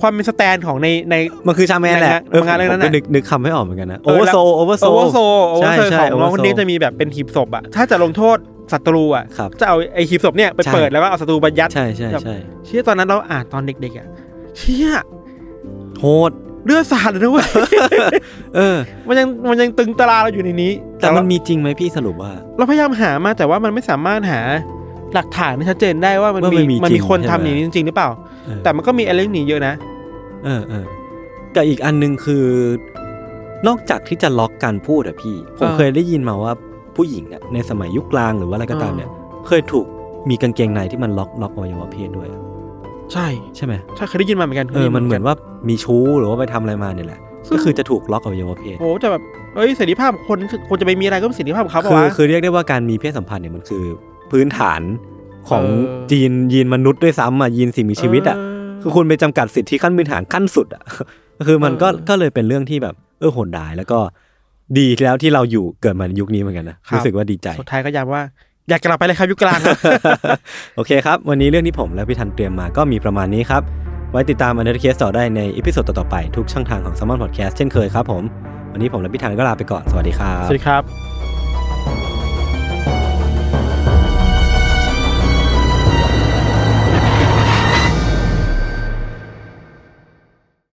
Speaker 3: ความเป็นสแตนของในใน
Speaker 2: มันคือชาแมนแหละ
Speaker 3: ในงานเรื่องนั้น
Speaker 2: ผม
Speaker 3: น่ะ
Speaker 2: ก็นึกนึกคำไม่ออกเหมือนกันนะโอเวอร์โซโอเวอร์โซ
Speaker 3: โอเวอร์โซโอเวอ
Speaker 2: ใช่
Speaker 3: ร์โซ
Speaker 2: ใช่
Speaker 3: ของน้องคนนี้
Speaker 2: Oversoul
Speaker 3: จะมีแบบเป็นหีบศพอ่ะถ้าจะลงโทษศัตรูอ่ะ
Speaker 2: ครับ
Speaker 3: จะเอาไอหีบศพเนี่ยไป
Speaker 2: ใช่
Speaker 3: เปิดแล้วก็เอาศัตรูไปยัด
Speaker 2: ใช่ใช่ใช่
Speaker 3: เชี่ยตอนนั้นเราอ่านตอนเด็กๆอ่ะเชี่ย
Speaker 2: โหด
Speaker 3: เลือดสาดเลยนะเว้ย
Speaker 2: เออ
Speaker 3: มันยังมันยังตึงตาราเราอยู่ในนี้
Speaker 2: แต่มัน
Speaker 3: เรา
Speaker 2: มีจริงไหมพี่สรุปว่า
Speaker 3: เราพยายามหามาแต่ว่ามันไม่สามารถหาหลักฐานที่ชัดเจนได้ว่ามัน
Speaker 2: ว่ามั
Speaker 3: มี
Speaker 2: นมี
Speaker 3: มัน
Speaker 2: จริ
Speaker 3: มี
Speaker 2: ง
Speaker 3: คน
Speaker 2: ใช่
Speaker 3: ทำ
Speaker 2: ไหม
Speaker 3: อย่างนี้จริงหรือเปล่า
Speaker 2: เออ
Speaker 3: แต่มันก็มีอะไรเรื่องนี้เยอะนะ
Speaker 2: เออเออกับอีกอันหนึงคือ นอกจากที่จะล็อกการพูดอะพี่ ผม
Speaker 3: เออ
Speaker 2: เคยได้ยินมาว่าผู้หญิงอะในสมัยยุคกลางหรือว่าอะไรก็ตาม
Speaker 3: เออ
Speaker 2: เนี่ย เคยถูกมีกางเกงในที่มันล็อกล็อกอวัยวะเพศด้วยอะ
Speaker 3: ใช่
Speaker 2: ใช่ไหม
Speaker 3: ใช่เคยได้ยินมาเหมือนกัน
Speaker 2: เออมันเหมือนว่ามีชู้หรือว่าไปทำอะไรมาเนี่ยแหละ ก็คือจะถูกล็อกอวัยวะเพศ
Speaker 3: โอ้แต่แบบเอ้ยเสรีภาพคนคือคนจะไปมีอะไรก็เป็นเสรีภาพของเขาเป
Speaker 2: คื
Speaker 3: ล่า
Speaker 2: อ
Speaker 3: วะ
Speaker 2: คือเรียกได้ว่าการมีเพศสัมพันธ์เนี่ยมันคือพื้นฐานของ
Speaker 3: เออ
Speaker 2: จีนยีนมนุษย์ด้วยซ้ำอ่ะยีนสิ่งมีชีวิตอ่ะ
Speaker 3: เ
Speaker 2: คือคุณไปจำกัดสิทธิขั้นพื้นฐานขั้นสุดอ่ะ คือมันก็
Speaker 3: เออ
Speaker 2: ก็เลยเป็นเรื่องที่แบบเออโหดดายแล้วก็ดีแล้วที่เราอยู่เกิดมาในยุคนี้เหมือนกันนะครับ รู้สึกว่าดีใจ
Speaker 3: สุดท้ายก็ย้ำว่า อยากกลับไปเลยครับยุคกลางครับ
Speaker 2: โอเคครับ วันนี้เรื่องที่ผมและพี่ทันเตรียมมาก็มีประมาณนี้ครับ ไว้ติดตามอันเดอร์เคสต่อได้ในอีพิโซดต่อๆไปทุกช่องทางของ s ซ m o n Podcast เช่นเคยครับผม วันนี้ผมและพี่ทันก็ลาไปก่อนสวัสดีครับ
Speaker 3: สวัสดีครับ